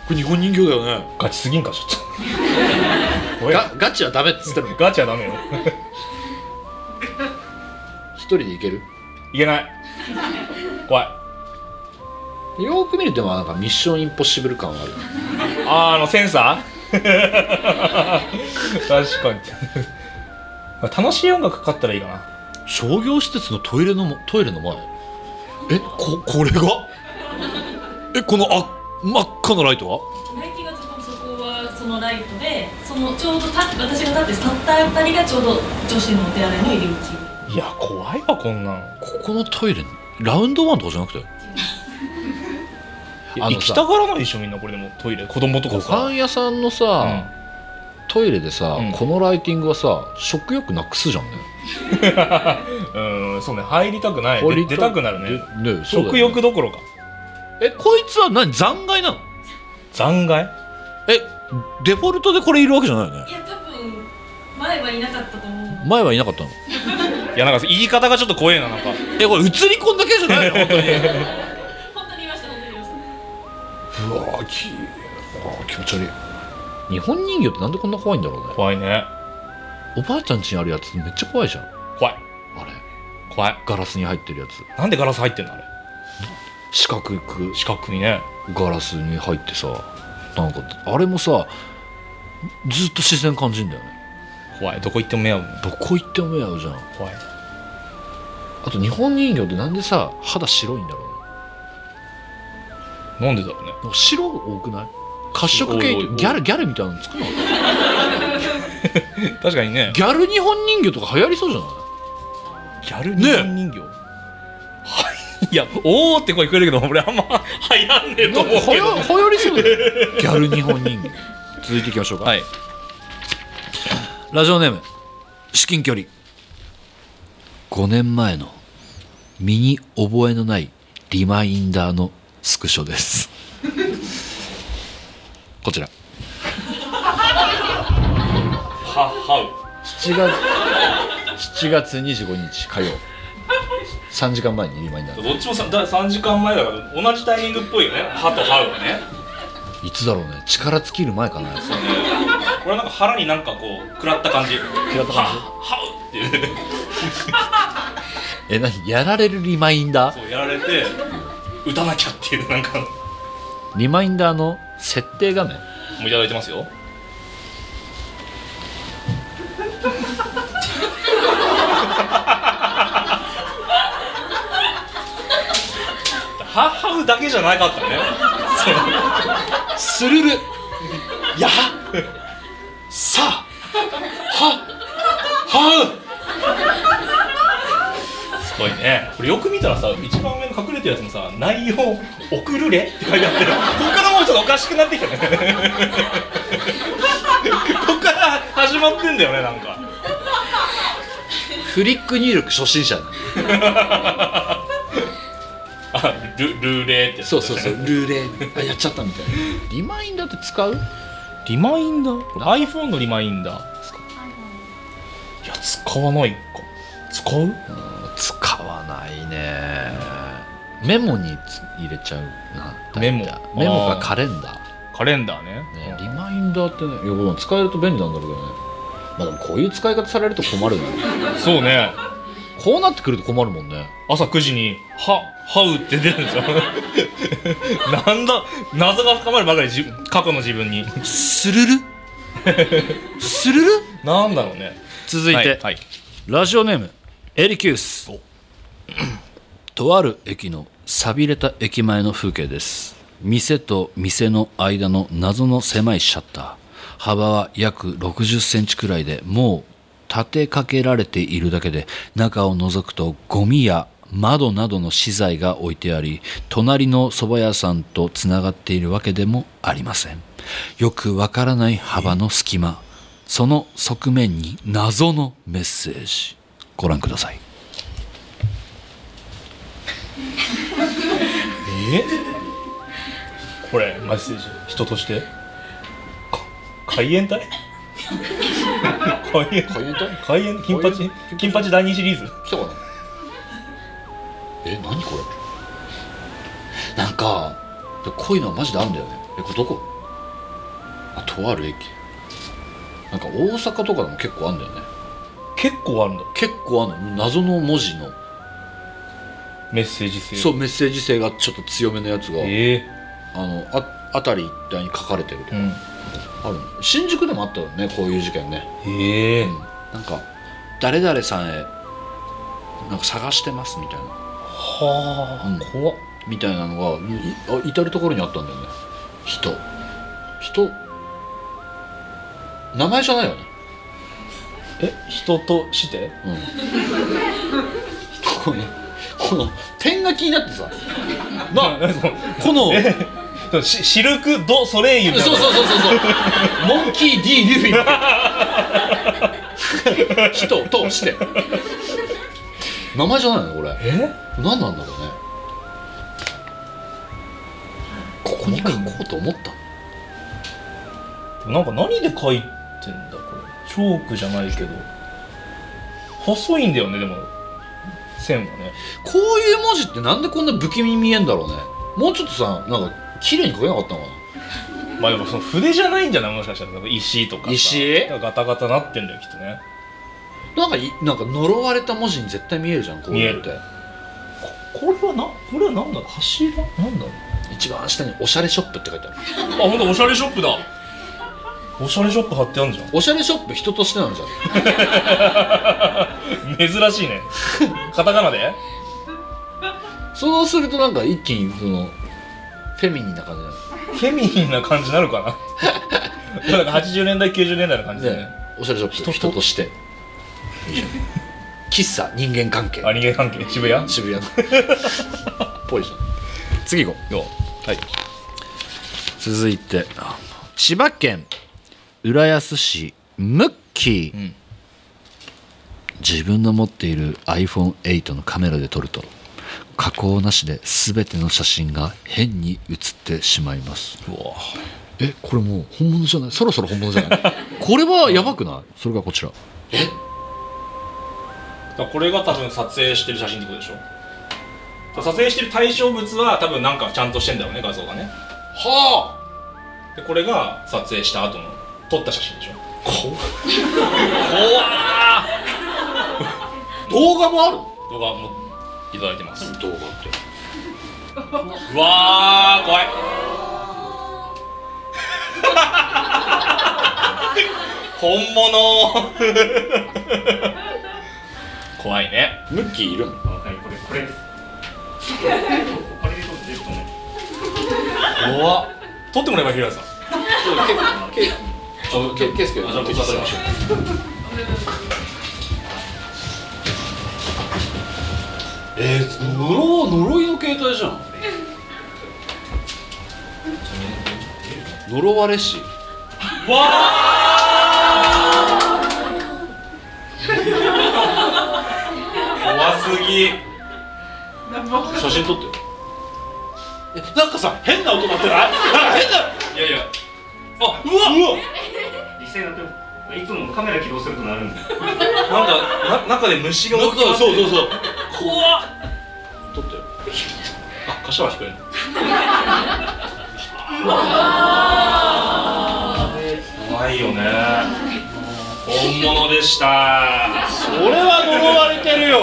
A: れ日本人形だよね
B: ガチすぎんかちょっとおや
A: ガガチはダメっつってる
B: ガチはダメよ
A: 一人でいける
B: いけない怖い
A: よーく見るとなんかミッションインポッシブル感はある
B: あーあのセンサー 確かに まあ楽しい音楽かかったらいいかな
A: 商業施設のトイレのもトイレの前えここれがえこのあ真っ赤なライトは
D: ナイキがちょうどそこはそのライトでそのちょうどた私が立ってたったあたりがちょうど女子のお手洗いの入り口
B: いや怖いわこんなん
A: ここのトイレラウンドワンとかじゃなくて
B: いや
A: あのさ
B: 行きたがらないでしょみんなこれでもトイレ子供と
A: ご
B: かさ
A: 飯屋さんのさ、トイレでさ、
B: うん
A: このライティングはさ食欲なくすじゃんね
B: うん、うん、そうね入りたくない
A: 入
B: で
A: りた
B: 出たくなるね
A: ねえそうだ
B: 食
A: よね
B: 欲どころか
A: えこいつは何残骸なの
B: 残骸
A: えデフォルトでこれいるわけじゃないよね
D: いや多分前はいなかったと思う
A: 前はいなかったの
B: いやなんか言い方がちょっと怖えななんか
A: えこれ映り込んだけじゃ ないの本当に
D: 本当にいました本当にいました
A: うわーきあー気持ち悪い日本人形ってなんでこんな怖いんだろうね
B: 怖いね
A: おばあちゃん家にあるやつめっちゃ怖いじゃんあ
B: 怖い
A: れ
B: 怖い
A: ガラスに入ってるやつ
B: なんでガラス入ってんだあれ
A: 四角く
B: 四角にね
A: ガラスに入ってさなんかあれもさずっと視線感じんだよね
B: 怖いどこ行っても目合うもん
A: どこ行っても目合うじゃん
B: 怖い
A: あと日本人形ってなんでさ肌白いんだろうね
B: なんでだろうね
A: なんか白多くない褐色系
B: おいおいおい
A: ギャルギャルみたいなの作るのギ
B: 確かにね
A: ャル日本人形とか流行りそうじゃない
B: ギャル
A: ねえ
B: 人形、はいいやおーって声聞こえるけど俺あんま流行んねえと思う
A: は
B: け
A: や
B: ど
A: はやりそうだよ ギャル日本人形続いていきましょうか、
B: はい
A: ラジオネーム至近距離5年前の身に覚えのないリマインダーのスクショです こちら
B: はは
A: 7月7月25日火曜3時間前にリマインダ
B: う
A: ー
B: どっちもさだ3時間前だから同じタイミングっぽいよねはとはうはね
A: いつだろうね力尽きる前かな
B: これはなんか腹になんかこう食らった感じ食
A: らった感じ
B: ははうっていう
A: え何やられるリマインダー
B: そうやられて打たなきゃっていうなんかも
A: リマインダーの設定画面
B: ういただいてますよははうだけじゃなかったね
A: スルル
B: やさははうすごいねこれよく見たらさ一番上の隠れてるやつもさ内容「送るれ」って書いてあってここからもうちょっとおかしくなってきたねここから始まってんだよねなんか
A: フリック入力初心者
B: あルルーレーってやつ
A: そうそうそうルーレあやっちゃったみたいなリマインダーって使う
B: リマインダーこれ iPhone のリマインダーですかいや使わないか使う
A: 使わないねメモにつ入れちゃうな大体
B: メモ
A: メモ
B: あ
A: か
B: ー
A: カレンダ
B: カレンダーね
A: ー、ね、リマインダーってねいやまあ使えると便利なんだろうけどねまあでもこういう使い方されると困るね
B: そうね
A: こうなってくると困るもんね
B: 朝9時に「は」「はう」って出るんですよ なんだ謎が深まるばかりじ過去の自分に
A: ス ルルスルル
B: なんだろうね
A: 続いて、
B: はい、はい、
A: ラジオネームエリキュースとある駅の寂れた駅前の風景です店と店の間の謎の狭いシャッター幅は約60センチくらいでもう立てかけられているだけで中を覗くとゴミや窓などの資材が置いてあり隣の蕎麦屋さんとつながっているわけでもありませんよくわからない幅の隙間その側面に謎のメッセージご覧ください
B: えこれメッセージ人としてか海援隊 海援
A: 海援隊
B: 海援金八
A: 海援
B: 金八第二シリーズ
A: 来たかなえ何これなんかこういうのはマジであるんだよねえこれどこあとある駅なんか大阪とかでも結構あるんだよね
B: 結構あるんだ
A: 結構あるの謎の文字の
B: メッセージ性
A: そうメッセージ性がちょっと強めのやつが
B: え
A: あのあ辺り一帯に書かれてる
B: えうん
A: ある新宿でもあったよねこういう事件ね
B: へえ
A: なんか誰々さんへなんか探してますみたいな
B: はあ、
A: うん
B: 怖っ
A: みたいなのがいあ至る所にあったんだよね人人名前じゃないよね
B: え人として
A: うんこのこの点が気になってさなあこの
B: シシルク・ド・ソレイユみたい
A: そう
B: な
A: そうそうそうそうモンキー・ D ・リュウィン人として名前じゃないのこれ
B: え
A: 何なんだろうねここに書こうと思った
B: なんか何で書いてんだこれチョークじゃないけど細いんだよねでも線はね
A: こういう文字ってなんでこんな不気味に見えんだろうねもうちょっとさなんか綺麗に書けなかったのか
B: まあでもその筆じゃないんじゃないもしかしたらなんか石とかさ
A: 石
B: ガタガタなってんだよきっとね
A: ななんかいなんか呪われた文字に絶対見えるじゃんこういうのって
B: これはなこれは何だろう柱なんだろう
A: 一番下に「おしゃれショップ」って書いてある
B: あ本当おしゃれショップだおしゃれショップ貼ってあるじゃん
A: おしゃれショップ人としてなんじゃん
B: 珍しい ねカタカナで
A: そうするとなんか一気にそのフェミニンな感じになる
B: フェミニンな感じになるかななんか80年代90年代の感じだよね
A: ねおしゃれショップ
B: 人と
A: 人としていいじゃん喫茶人間関係
B: アニメ関係渋谷
A: 渋谷の ぽいじゃん次行こう
B: はい
A: 続いてあ千葉県浦安市ムッキー、
B: うん
A: 自分の持っている iPhone8 のカメラで撮ると加工なしで全ての写真が変に写ってしまいますえこれもう本物じゃないそろそろ本物じゃ ないこれはやばくないそれがこちら
B: だからこれが多分撮影してる写真ってことでしょだから撮影してる対象物は多分なんかちゃんとしてんだろうね画像がね
A: はあ
B: でこれが撮影した後の撮った写真でしょ
A: 動画もある
B: 動画もいただいてます
A: 動画って
B: うわー怖い本物怖いね
A: ムッキーいるの
E: はい、これ、これです。これで撮ってるとね。
B: 怖っ撮ってもらえば平井さん
A: ケケースケ
B: あじゃあ僕が撮りましょ
A: えー、呪呪いの携帯じゃん呪われし
B: うわー怖すぎ
A: 写真撮ってよえなんかさ変な音鳴ってない変ない
B: やいやあうわ
E: 実際のと、いつもカメラ起動するとなるんで。
B: なんかな中で虫が
A: なん
B: 動
A: か
B: きます
A: そうそうそう
B: 怖っ
A: 撮ってよ
B: あ柏は低いの怖いよね本物でしたそれは呪われてるよ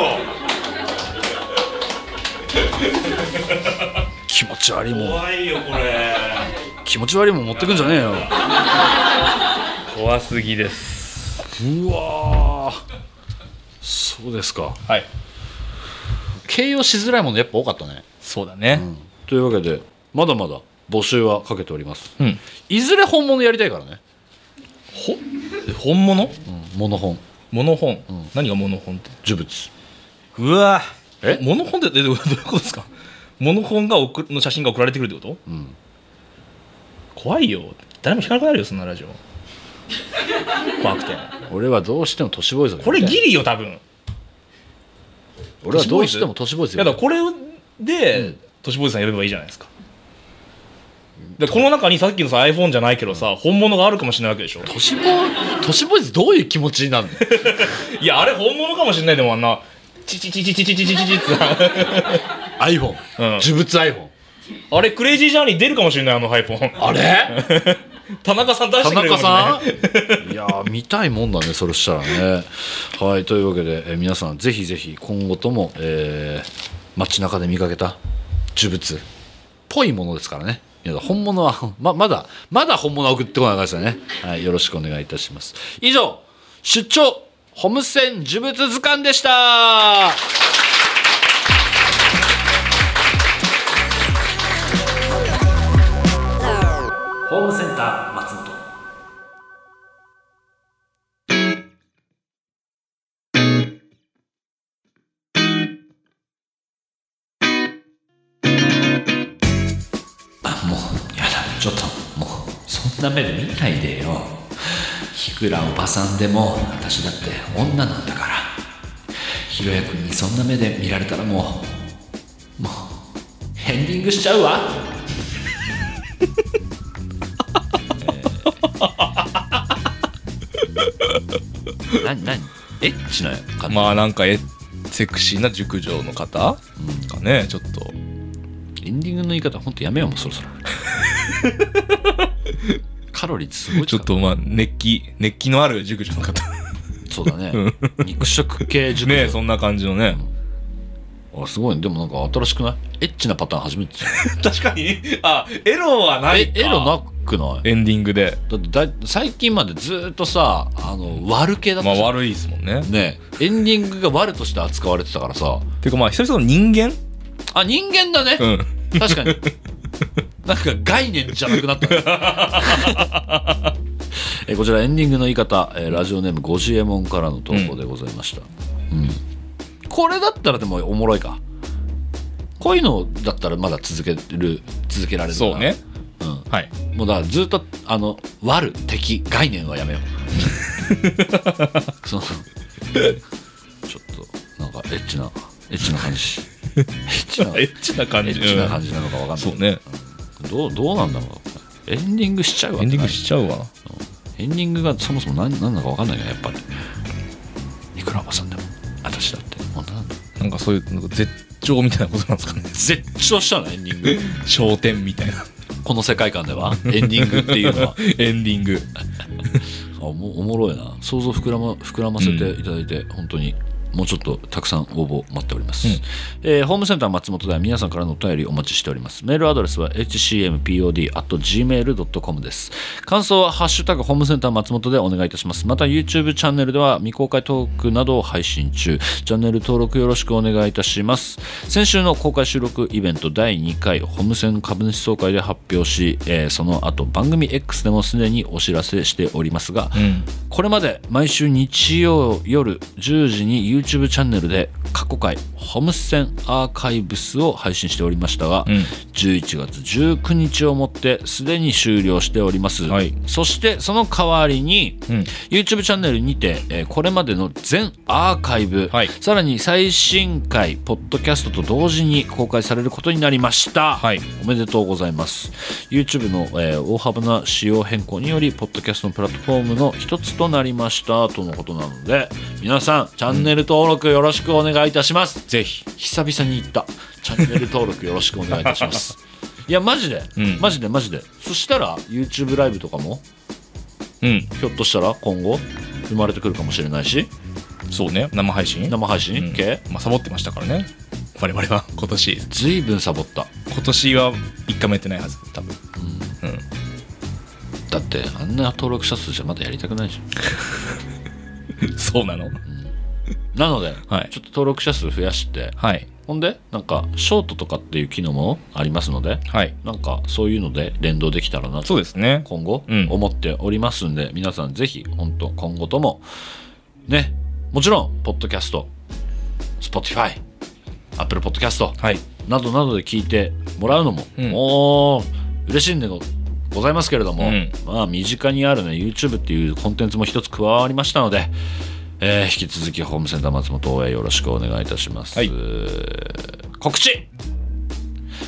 A: 気持ち悪いもん
B: 怖いよこれ
A: 気持ち悪いもん持ってくんじゃねえよ
B: 怖すぎです
A: うわーそうですか
B: はい
A: 形容しづらいものやっぱ多かったね、
B: そうだね
A: というわけでまだまだ募集はかけております
B: うん、
A: いずれ本物やりたいからね、
B: ほ本物
A: うん、モノ本
B: モノ本、何がモノ本って
A: 呪物
B: うわ
A: え
B: えモノ本ってえどういうこと ですかモノ本が送の写真が送られてくるってこと
A: うん
B: 怖いよ誰も引かなくなるよそんなラジオ怖くて
A: 俺はどうしても都市ボーイズが
B: こ
A: や
B: れ
A: りたい
B: ギリよ多分
A: 俺はどうしても都市ボーイ
B: い
A: ズ
B: や
A: やり
B: だか
A: た
B: らこれで、
A: うん
B: トシボーイさん呼べばいいじゃないですかでこの中にさっきのさ iPhone じゃないけどさ、本物があるかもしれないわけでしょ
A: い都市ボーイ都市ボーイズどういう気持ちになるの
B: いやあれ本物かもしれないでもあんなチチチチチチチチチチってさ
A: iPhone、呪物 iPhone
B: あれクレイジージャーニー出るかもしれないあのハイポン
A: あれ
B: 田中さん出し
A: 田
B: てくれる
A: 中
B: かもしれない
A: さんいやー見たいもんだねそれしたらねはいというわけで、えー皆さんぜひぜひ今後とも、えー街中で見かけた呪物っぽいものですからねいや本物はままだまだ本物は送ってこないですよね、はい、よろしくお願いいたします以上出張ホムセン呪物図鑑でしたホームセンター松本あもうやだちょっともうそんな目で見ないでよひくらおばさんでも私だって女なんだからひろやくんにそんな目で見られたらもうもうエンディングしちゃう わなになにエッチな感じ、
B: まあなんかえセクシーな熟女の方かねちょっと
A: エンディングの言い方ほんとやめようもうそろ そろカロリーすごい
B: ちょっとまあ熱気熱気のある熟女の方
A: そうだね肉食系熟女
B: ねそんな感じのね
A: あすごいねでもなんか新しくないエッチなパターン初めてじゃん
B: 確かにあエロはな
A: え
B: いか
A: エロなくない
B: エンディングで
A: だってだい最近までずーっとさあの悪系だっ
B: ま
A: た
B: あ
A: じゃん、
B: 悪いですもんね
A: ねエンディングが悪として扱われてたからさ
B: ていうかまあ久々の人間
A: あ人間だね、
B: うん
A: 確かになんか概念じゃなくな ったねえこちらエンディングの言い方、えーラジオネームごじえもんからの投稿でございました、うんこれだったらでもおもろいかこういうのだったらまだ続ける続けられるから
B: そうね
A: うん
B: はい
A: もうだからずっとあの悪敵概念はや めようそのちょっとなんかエッチなエッチな感 じエッチな
B: エッチな感
A: エ
B: じ
A: ッチな感じなのかわかんない、
B: そうね
A: どうどうなんだろうエンディングしちゃうわ
B: エ
A: け
B: ン
A: ない
B: ディングしちゃうわな
A: エンディングがそもそも何何なのか分かんないよねやっぱりいくらおばさんでも私だって女なんだ
B: なんかそういうなんか絶頂みたいなことなんです かね
A: 絶頂したのエンディング
B: 焦点みたいな
A: この世界観ではエンディングっていうのは
B: エンディング
A: あおもおもろいな想像膨ら,、ま、膨らませていただいて、本当にもうちょっとたくさん応募待っております、
B: うん
A: えーホームセンター松本では皆さんからのお便りお待ちしておりますメールアドレスは hcmpod.gmail.com です感想は「ハッシュタグホームセンター松本」でお願いいたしますまた YouTube チャンネルでは未公開トークなどを配信中チャンネル登録よろしくお願いいたします先週の公開収録イベント第2回ホームセン株主総会で発表し、えーその後番組 X でもすでにお知らせしておりますが、
B: うん
A: これまで毎週日曜夜10時に YouTube チャンネルで過去回ホームセンアーカイブスを配信しておりましたが、
B: うん
A: 11月19日をもってすでに終了しております、
B: はい
A: そしてその代わりに、
B: うん
A: YouTube チャンネルにて、えーこれまでの全アーカイブ、
B: はい
A: さらに最新回ポッドキャストと同時に公開されることになりました、
B: はい
A: おめでとうございます YouTube の、えー大幅な仕様変更によりポッドキャストのプラットフォームの一つとなりましたとのことなので皆さんチャンネル登録よろしくお願いいたします、
B: ぜひ
A: 久々に言ったチャンネル登録よろしくお願いいたします いやマジで、
B: うん
A: マジでマジでそしたら YouTube ライブとかも
B: うん
A: ひょっとしたら今後生まれてくるかもしれないし
B: そうね生配信
A: 生配
B: う
A: 信
B: ん
A: 系、
B: まあ、サボってましたからね我々は今年
A: ずいぶんサボった
B: 今年は1回もやってないはず多分
A: だってあんな登録者数じゃまだやりたくないでしょ
B: そうなの
A: なので、
B: はい
A: ちょっと登録者数増やして
B: はい
A: ほんでなんかショートとかっていう機能もありますので
B: はい
A: なんかそういうので連動できたらなと
B: そうですね
A: 今後
B: うん
A: 思っておりますんで、皆さんぜひ本当今後ともねもちろんポッドキャスト Spotify アップルポッドキャスト
B: はい
A: などなどで聞いてもらうのも、
B: うん
A: もう嬉しいんでごございますけれども、
B: うん
A: まあ身近にあるね YouTube っていうコンテンツも一つ加わりましたので、えー引き続きホームセンター松本応援よろしくお願いいたします、
B: はい
A: 告知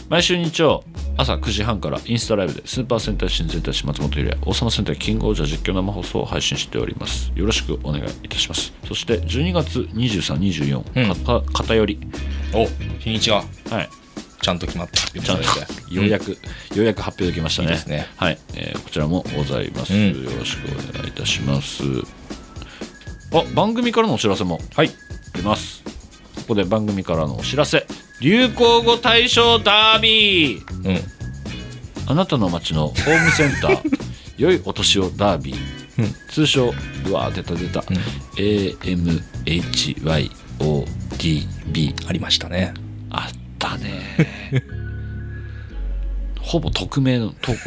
A: 毎週日曜朝9時半からインスタライブでスーパー戦隊新戦隊師松本ゆりや王様戦隊キングオージャー実況生放送を配信しておりますよろしくお願いいたしますそして12月2324、
B: うん
A: かた偏り
B: お日にちが
A: はい
B: ちゃんと決まった
A: ちゃんとようやく、ようやく発表できましたね。
B: いいですね
A: はい、えーこちらもございます、
B: うん
A: よろしくお願いいたします。あ、番組からのお知らせも
B: はい
A: あります。ここで番組からのお知らせ。流行語大賞ダービー
B: うん
A: あなたの街のホームセンタ ー良いお年をダービー、
B: うん
A: 通称うわー出た出た、
B: ん
A: AMHYODB
B: ありましたね
A: あったね ほぼ匿名の投 稿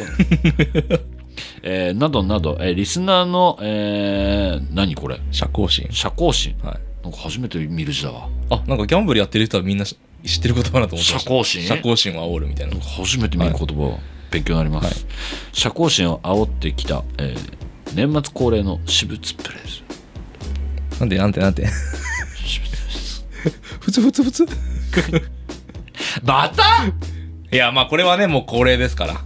A: えーなどなど、えーリスナーの、えー何これ
B: 社交心
A: 社交心
B: はい
A: なんか初めて見る字だわ
B: あなんかギャンブルやってる人はみんなし知ってる言葉だと思ってました
A: 社交心
B: 社交心は煽るみたいな
A: 初めて見る言葉、勉強になります、社交心を煽ってきた、えー年末恒例の私物プレス
B: なんでなんでなん でふつふつふつ
A: また
B: いやまあこれはねもう恒例ですから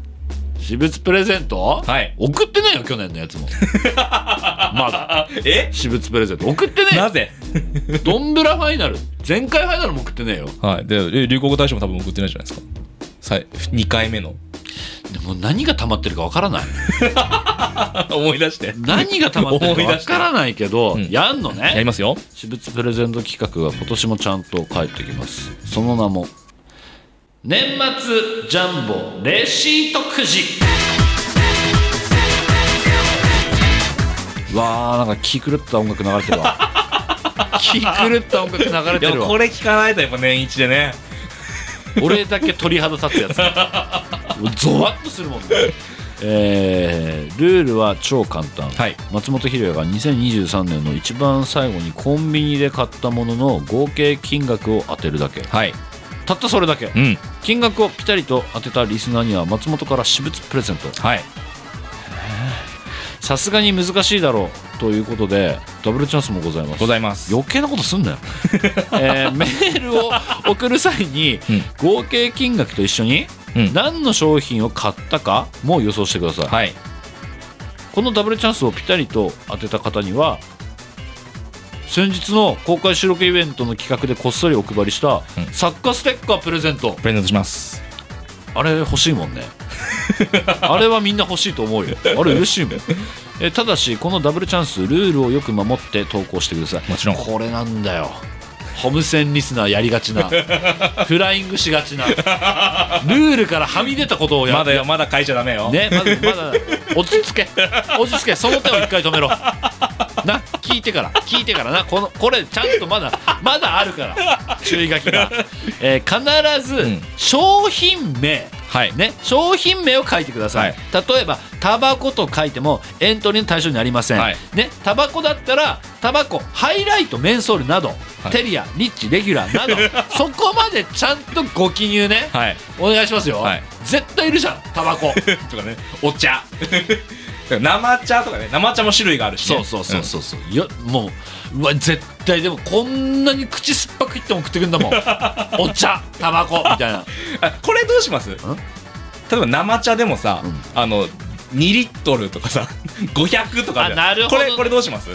A: 私物プレゼント
B: はい
A: 送ってないよ去年のや つもまだ
B: え
A: 私物プレゼント送ってねえ
B: なぜ
A: ドンブラファイナル前回ファイナルも送ってねえよ
B: はいでえ流行語大賞も多分送ってないじゃないですかさい2回目の
A: でも何が溜まってるかわからない
B: 思い出して
A: 何が溜まってるか
B: 思い
A: わ
B: 出した
A: からないけど、
B: うん
A: やんの
B: やり
A: ね
B: ますよ
A: 私物プレゼント企画は今年もちゃんと帰ってきますその名も年末ジャンボレシートくじわあなんか気狂った音楽流れてる わ気狂った音楽流れ
B: い
A: て
B: や
A: るわ
B: これ聞かないとやっぱ年一でね
A: 俺だけ鳥肌立つや つゾワッとするもんねえールールは超簡単、
B: はい
A: 松本ひろやが2023年の一番最後にコンビニで買ったものの合計金額を当てるだけ
B: はい
A: たったそれだけ
B: うん
A: 金額をピタリと当てたリスナーには松本から私物プレゼント
B: はい
A: さすがに難しいだろうということでダブルチャンスもございます
B: ございます
A: 余計なことすんなよ、 えーメールを送る際に
B: うん
A: 合計金額と一緒に
B: うん
A: 何の商品を買ったかも予想してください、
B: はい
A: このダブルチャンスをピタリと当てた方には先日の公開収録イベントの企画でこっそりお配りした
B: うん
A: 作家ステッカープレゼント
B: プレゼントします
A: あれ欲しいもんね あれはみんな欲しいと思うよあれ嬉しいもんえただしこのダブルチャンスルールをよく守って投稿してください
B: もちろん
A: これなんだよホムセンリスナーやりがち なフライングしがちなルールからはみ出たことをや
B: まだよまだ書いちゃダメよ
A: ねまだまだ落ち着け落ち着けその手を一回止めろな聞いてから聞いてからなこのこれちゃんとまだまだあるから注意書きが、えー必ず
B: うん
A: 商品名、
B: はい
A: ね、商品名を書いてください、例えばタバコと書いてもエントリーの対象になりません、
B: はい
A: ね、タバコだったらタバコハイライトメンソールなど、
B: はい
A: テリアリッチレギュラーな どそこまでちゃんとご記入ね、
B: はい
A: お願いしますよ、
B: はい
A: 絶対いるじゃんタバコ
B: とかねお茶生茶とかね生茶も種類があるしね、
A: そうそうそうそうそう、よもううわ絶対でもこんなに口酸っぱく言っても送ってくんだ もんお茶タバコみたいな
B: うんあこれどうします例えば生茶でもさ、
A: うん
B: あの2リットルとかさ500とかあじゃん
A: あなるほど
B: これこれどうします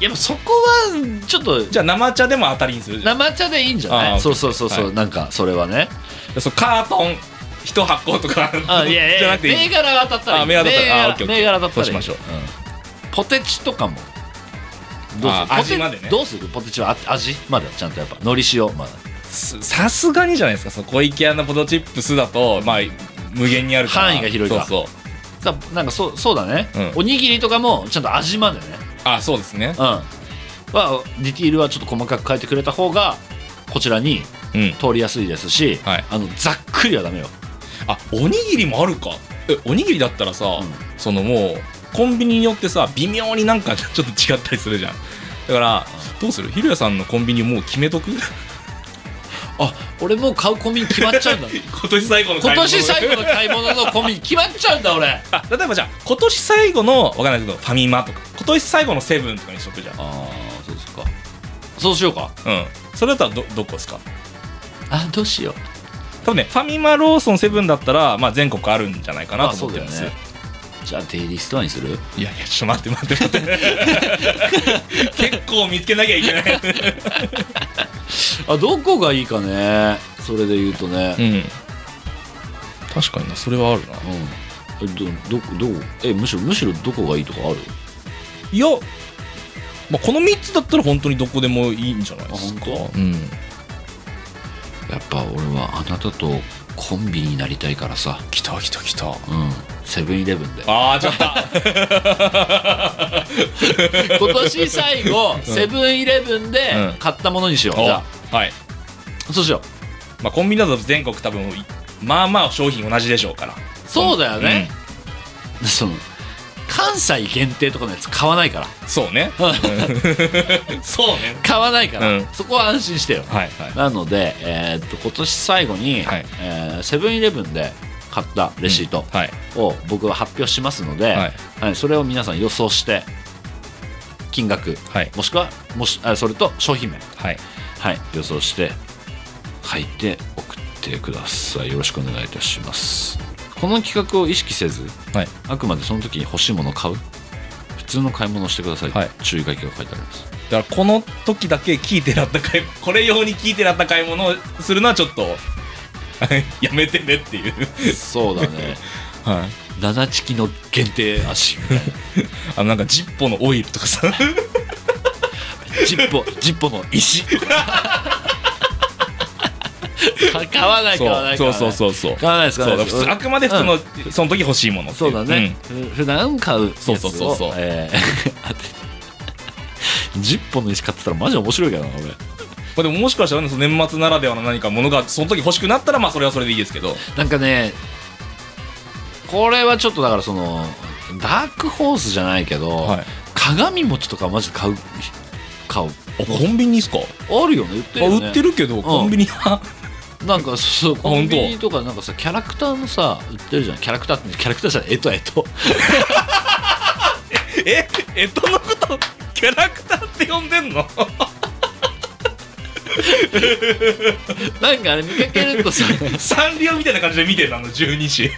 A: やっぱそこはちょっと
B: じゃあ生茶でも当たりにするじゃ
A: 生茶でいいんじゃな
B: あ
A: い
B: ー
A: そうそうそうそう、
B: はい
A: なんかそれはね
B: んそうカートン1箱とか
A: あいやい
B: じ
A: や
B: ゃなくてい
A: 銘
B: い
A: 柄は当たったらいい
B: あ銘柄だったらあオッケーオッケー
A: 銘柄だったらいい
B: そうしましょう
A: ポテチとかもどうす
B: あ
A: るポテ
B: 味までね
A: どうするポテチはあ味まだちゃんとやっぱのり塩まだ
B: すさすがにじゃないですかその小池屋のポテトチップスだとまあ無限にあるから
A: 範囲が広いから
B: そうそ
A: さ
B: う
A: なんかそうそうだね、
B: うん
A: おにぎりとかもちゃんと味までね
B: あそうですね
A: うんはディティールはちょっと細かく変えてくれた方がこちらに
B: うん
A: 通りやすいですし、
B: はい
A: あのざっくりはダメよ
B: あおにぎりもあるかえおにぎりだったらさ、
A: ん
B: そのもうコンビニによってさ微妙になんか ちょっと違ったりするじゃんだからどうするひろやさんのコンビニもう決 めとく
A: あ俺もう買うコンビニ決まっちゃ うんだ
B: 今年最後の
A: 今年最 後の
B: 例
A: 買い物のコンビニ決まっちゃうんだ俺
B: えばじゃあ今年最後のわかんないけどファミマとか今年最後のセブンとかにしとくじゃ
A: あ
B: ん
A: あそうですかそうしようか
B: うんそれだったらどどこですか
A: あどうしよう
B: 多分ねファミマローソンセブンだったら、まあ、全国あるんじゃないかなと思ってま
A: あ
B: す、
A: そうだよねじゃあデイリーストアにする
B: いやいやちょっと待って待って待って 結構見つけなきゃいけない
A: あどこがいいかねそれで言うとね
B: うん確かになそれはあるな
A: うん、どどどこえむしろむしろどこがいいとかある
B: いや、まあ、この3つだったら本当にどこでもいいんじゃないですか
A: あ本
B: うん
A: やっぱ俺はあなたとコンビになりたいからさ、
B: 来た来た来た
A: うん、セブンイレ ブンで
B: ああちょっと
A: 今年最後セブンイレブンで
B: うん
A: 買ったものにしよう、じゃ
B: はい、
A: あそうしよ
B: まあ、コンビニだと全国多分まあまあ商品同じでしょうから
A: うそうだよね、その関西限定とかのやつ買わないから
B: うんそうね そうね
A: 買わないから、
B: うん
A: そこは安心してよ
B: はいはい
A: なので、えーっと今年最後に
B: はい
A: えーセブンイレブンで買ったレシート
B: はい
A: を僕は発表しますので、
B: はい
A: はいそれを皆さん予想して金額
B: はい
A: もしくはもしあそれと商品名、
B: はい
A: はい、予想して書いて送ってくださいよろしくお願いいたしますこの企画を意識せず
B: はい
A: あくまでその時に欲しいものを買う普通の買い物をしてください、
B: はい
A: 注意書きが書いてあります
B: だからこの時だけ聞いてらった買いこれ用に聞いてらった買い物をするのはちょっと やめてねっていう、
A: そうだ ね
B: はい、
A: 七チキの限定足
B: あのなんかジッポのオイルとかさ
A: ジッポジッポの 石とか買わない買わない買わない
B: そうそうそうそう
A: 買わないです買
B: そ
A: わ
B: う
A: な
B: だ
A: いで
B: 普通
A: す
B: あくまで普通の、その時欲しいものってい
A: そうだね、、ふ普段買うやつ
B: そ
A: を
B: うそうそうそう
A: えー 当て10本の石買ってたらマジ面白いけどな俺
B: うんまあ、でももしかしたら、ね、その年末ならではの何かものがその時欲しくなったらまあそれはそれでいいですけど
A: なんかねこれはちょっとだからそのダークホースじゃないけど、
B: はい
A: 鏡餅とかマジ買う買う
B: あコンビニですか、
A: あるよね売ってる
B: あ
A: よ、ね、
B: 売ってるけどコンビニは、
A: なんかそうコンビニ
B: 本
A: とかなんかさキャラクターのさ売ってるじゃんキャラクターってキャラクターじゃないえっとえっと
B: ええとのことキャラクターって呼んでんの
A: なんかあれ見かけるとさ
B: サンリオみたいな感じで見てるのあの十二支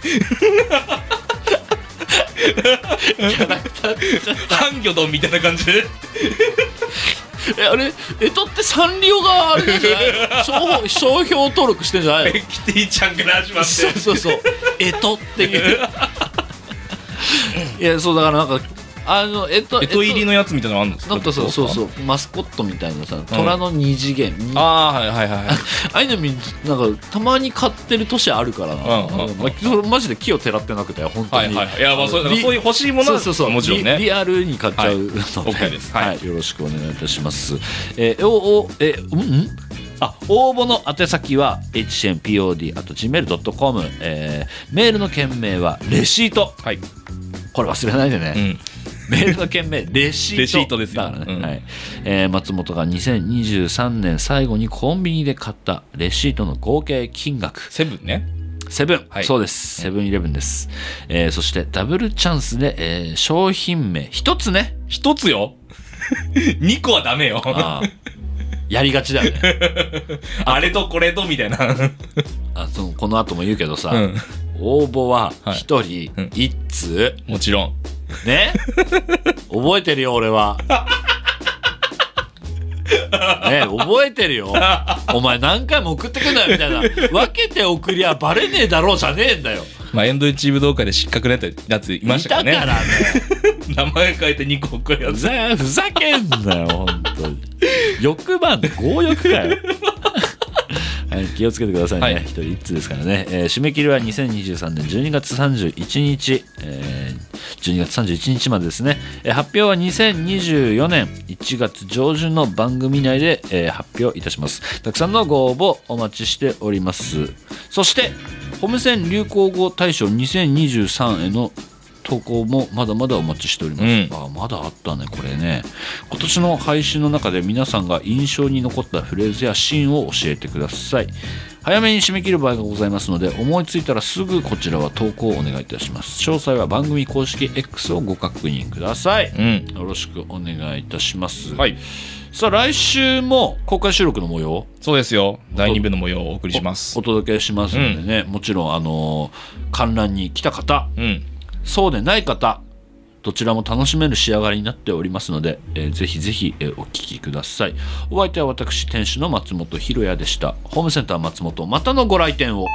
A: キャラクターってさ
B: 半魚丼みたいな感じで
A: えあれえとってサンリオがあれなんじゃ ない商法商標登録してんじゃないの
B: キティちゃんから始まっ
A: そう
B: て
A: そうそうえとっていういやそうだからなんかあのえと
B: えと入りのやつみたいなのあるんです
A: なんかさそうそううマスコットみたいなさ虎の二次元、あ
B: ああはいはいはい
A: あいうの見なんかたまに買ってる年あるからな、
B: うんうんうん
A: まあそれマジで木をてらってなくて本当
B: は
A: に、
B: いはいいやまあそう
A: リ
B: そういう欲しいもの
A: そう
B: は
A: そうそう
B: もちろんね
A: リリアルに買っちゃうので、
B: はい OK ですはい
A: よろしくお願いいたしますえーおおえーうんんあ応募の宛先は hmpod あと gmail.com、えーメールの件名はレシート
B: はい
A: これ忘れないでね、
B: うん
A: メールの件 名レシート
B: レシートですよ
A: だからね、
B: うん
A: はいえー松本が2023年最後にコンビニで買ったレシートの合計金額
B: セブンね
A: セブン、
B: はい
A: そうです。セブンイレブンです。えーそしてダブルチャンスで、えー商品名一つね。
B: 一つよ 二個はダメよ
A: あ
B: あ
A: ーやりがちだよ ね。
B: れとこれとみたいな
A: あそのこの後も言うけどさ、
B: うん
A: 応募は一人
B: うん
A: 一通、
B: もちろん
A: ね覚えてるよ俺は。ね覚えてるよ。お前何回も送ってくんなよみたいな。分けて送りゃバレねえだろうじゃねえんだよ。
B: まあエンドイッチ武道会で失格なやついま
A: 見
B: したか
A: たから
B: ね
A: らね。
B: 名前変えて二個送るや
A: ふ
B: つ
A: ざふざけんなよ、本当に。欲張んで強欲か よ。はい、気をつけてください
B: はい
A: ね。一、人一通ですからね、えー締め切りは2023年12月31日、えー12月31日までですね。えー発表は2024年1月上旬の番組内で、えー発表いたします。たくさんのご応募お待ちしております。そして、ホームセン流行語大賞2023への投稿もまだまだお待ちしております。
B: うん
A: あまだあったねこれね今年の配信の中で皆さんが印象に残ったフレーズやシーンを教えてください早めに締め切る場合がございますので思いついたらすぐこちらは投稿をお願いいたします詳細は番組公式 X をご確認ください
B: うん
A: よろしくお願いいたします、
B: はい
A: さあ来週も公開収録の模様を
B: そうですよ第二部の模様をお送りします
A: お届けしますのでね、もちろんあのー観覧に来た方
B: うん
A: そうでない方どちらも楽しめる仕上がりになっておりますので、えーぜひぜひ、えーお聞きくださいお相手は私店主の松本ひろやでしたホームセンター松本またのご来店を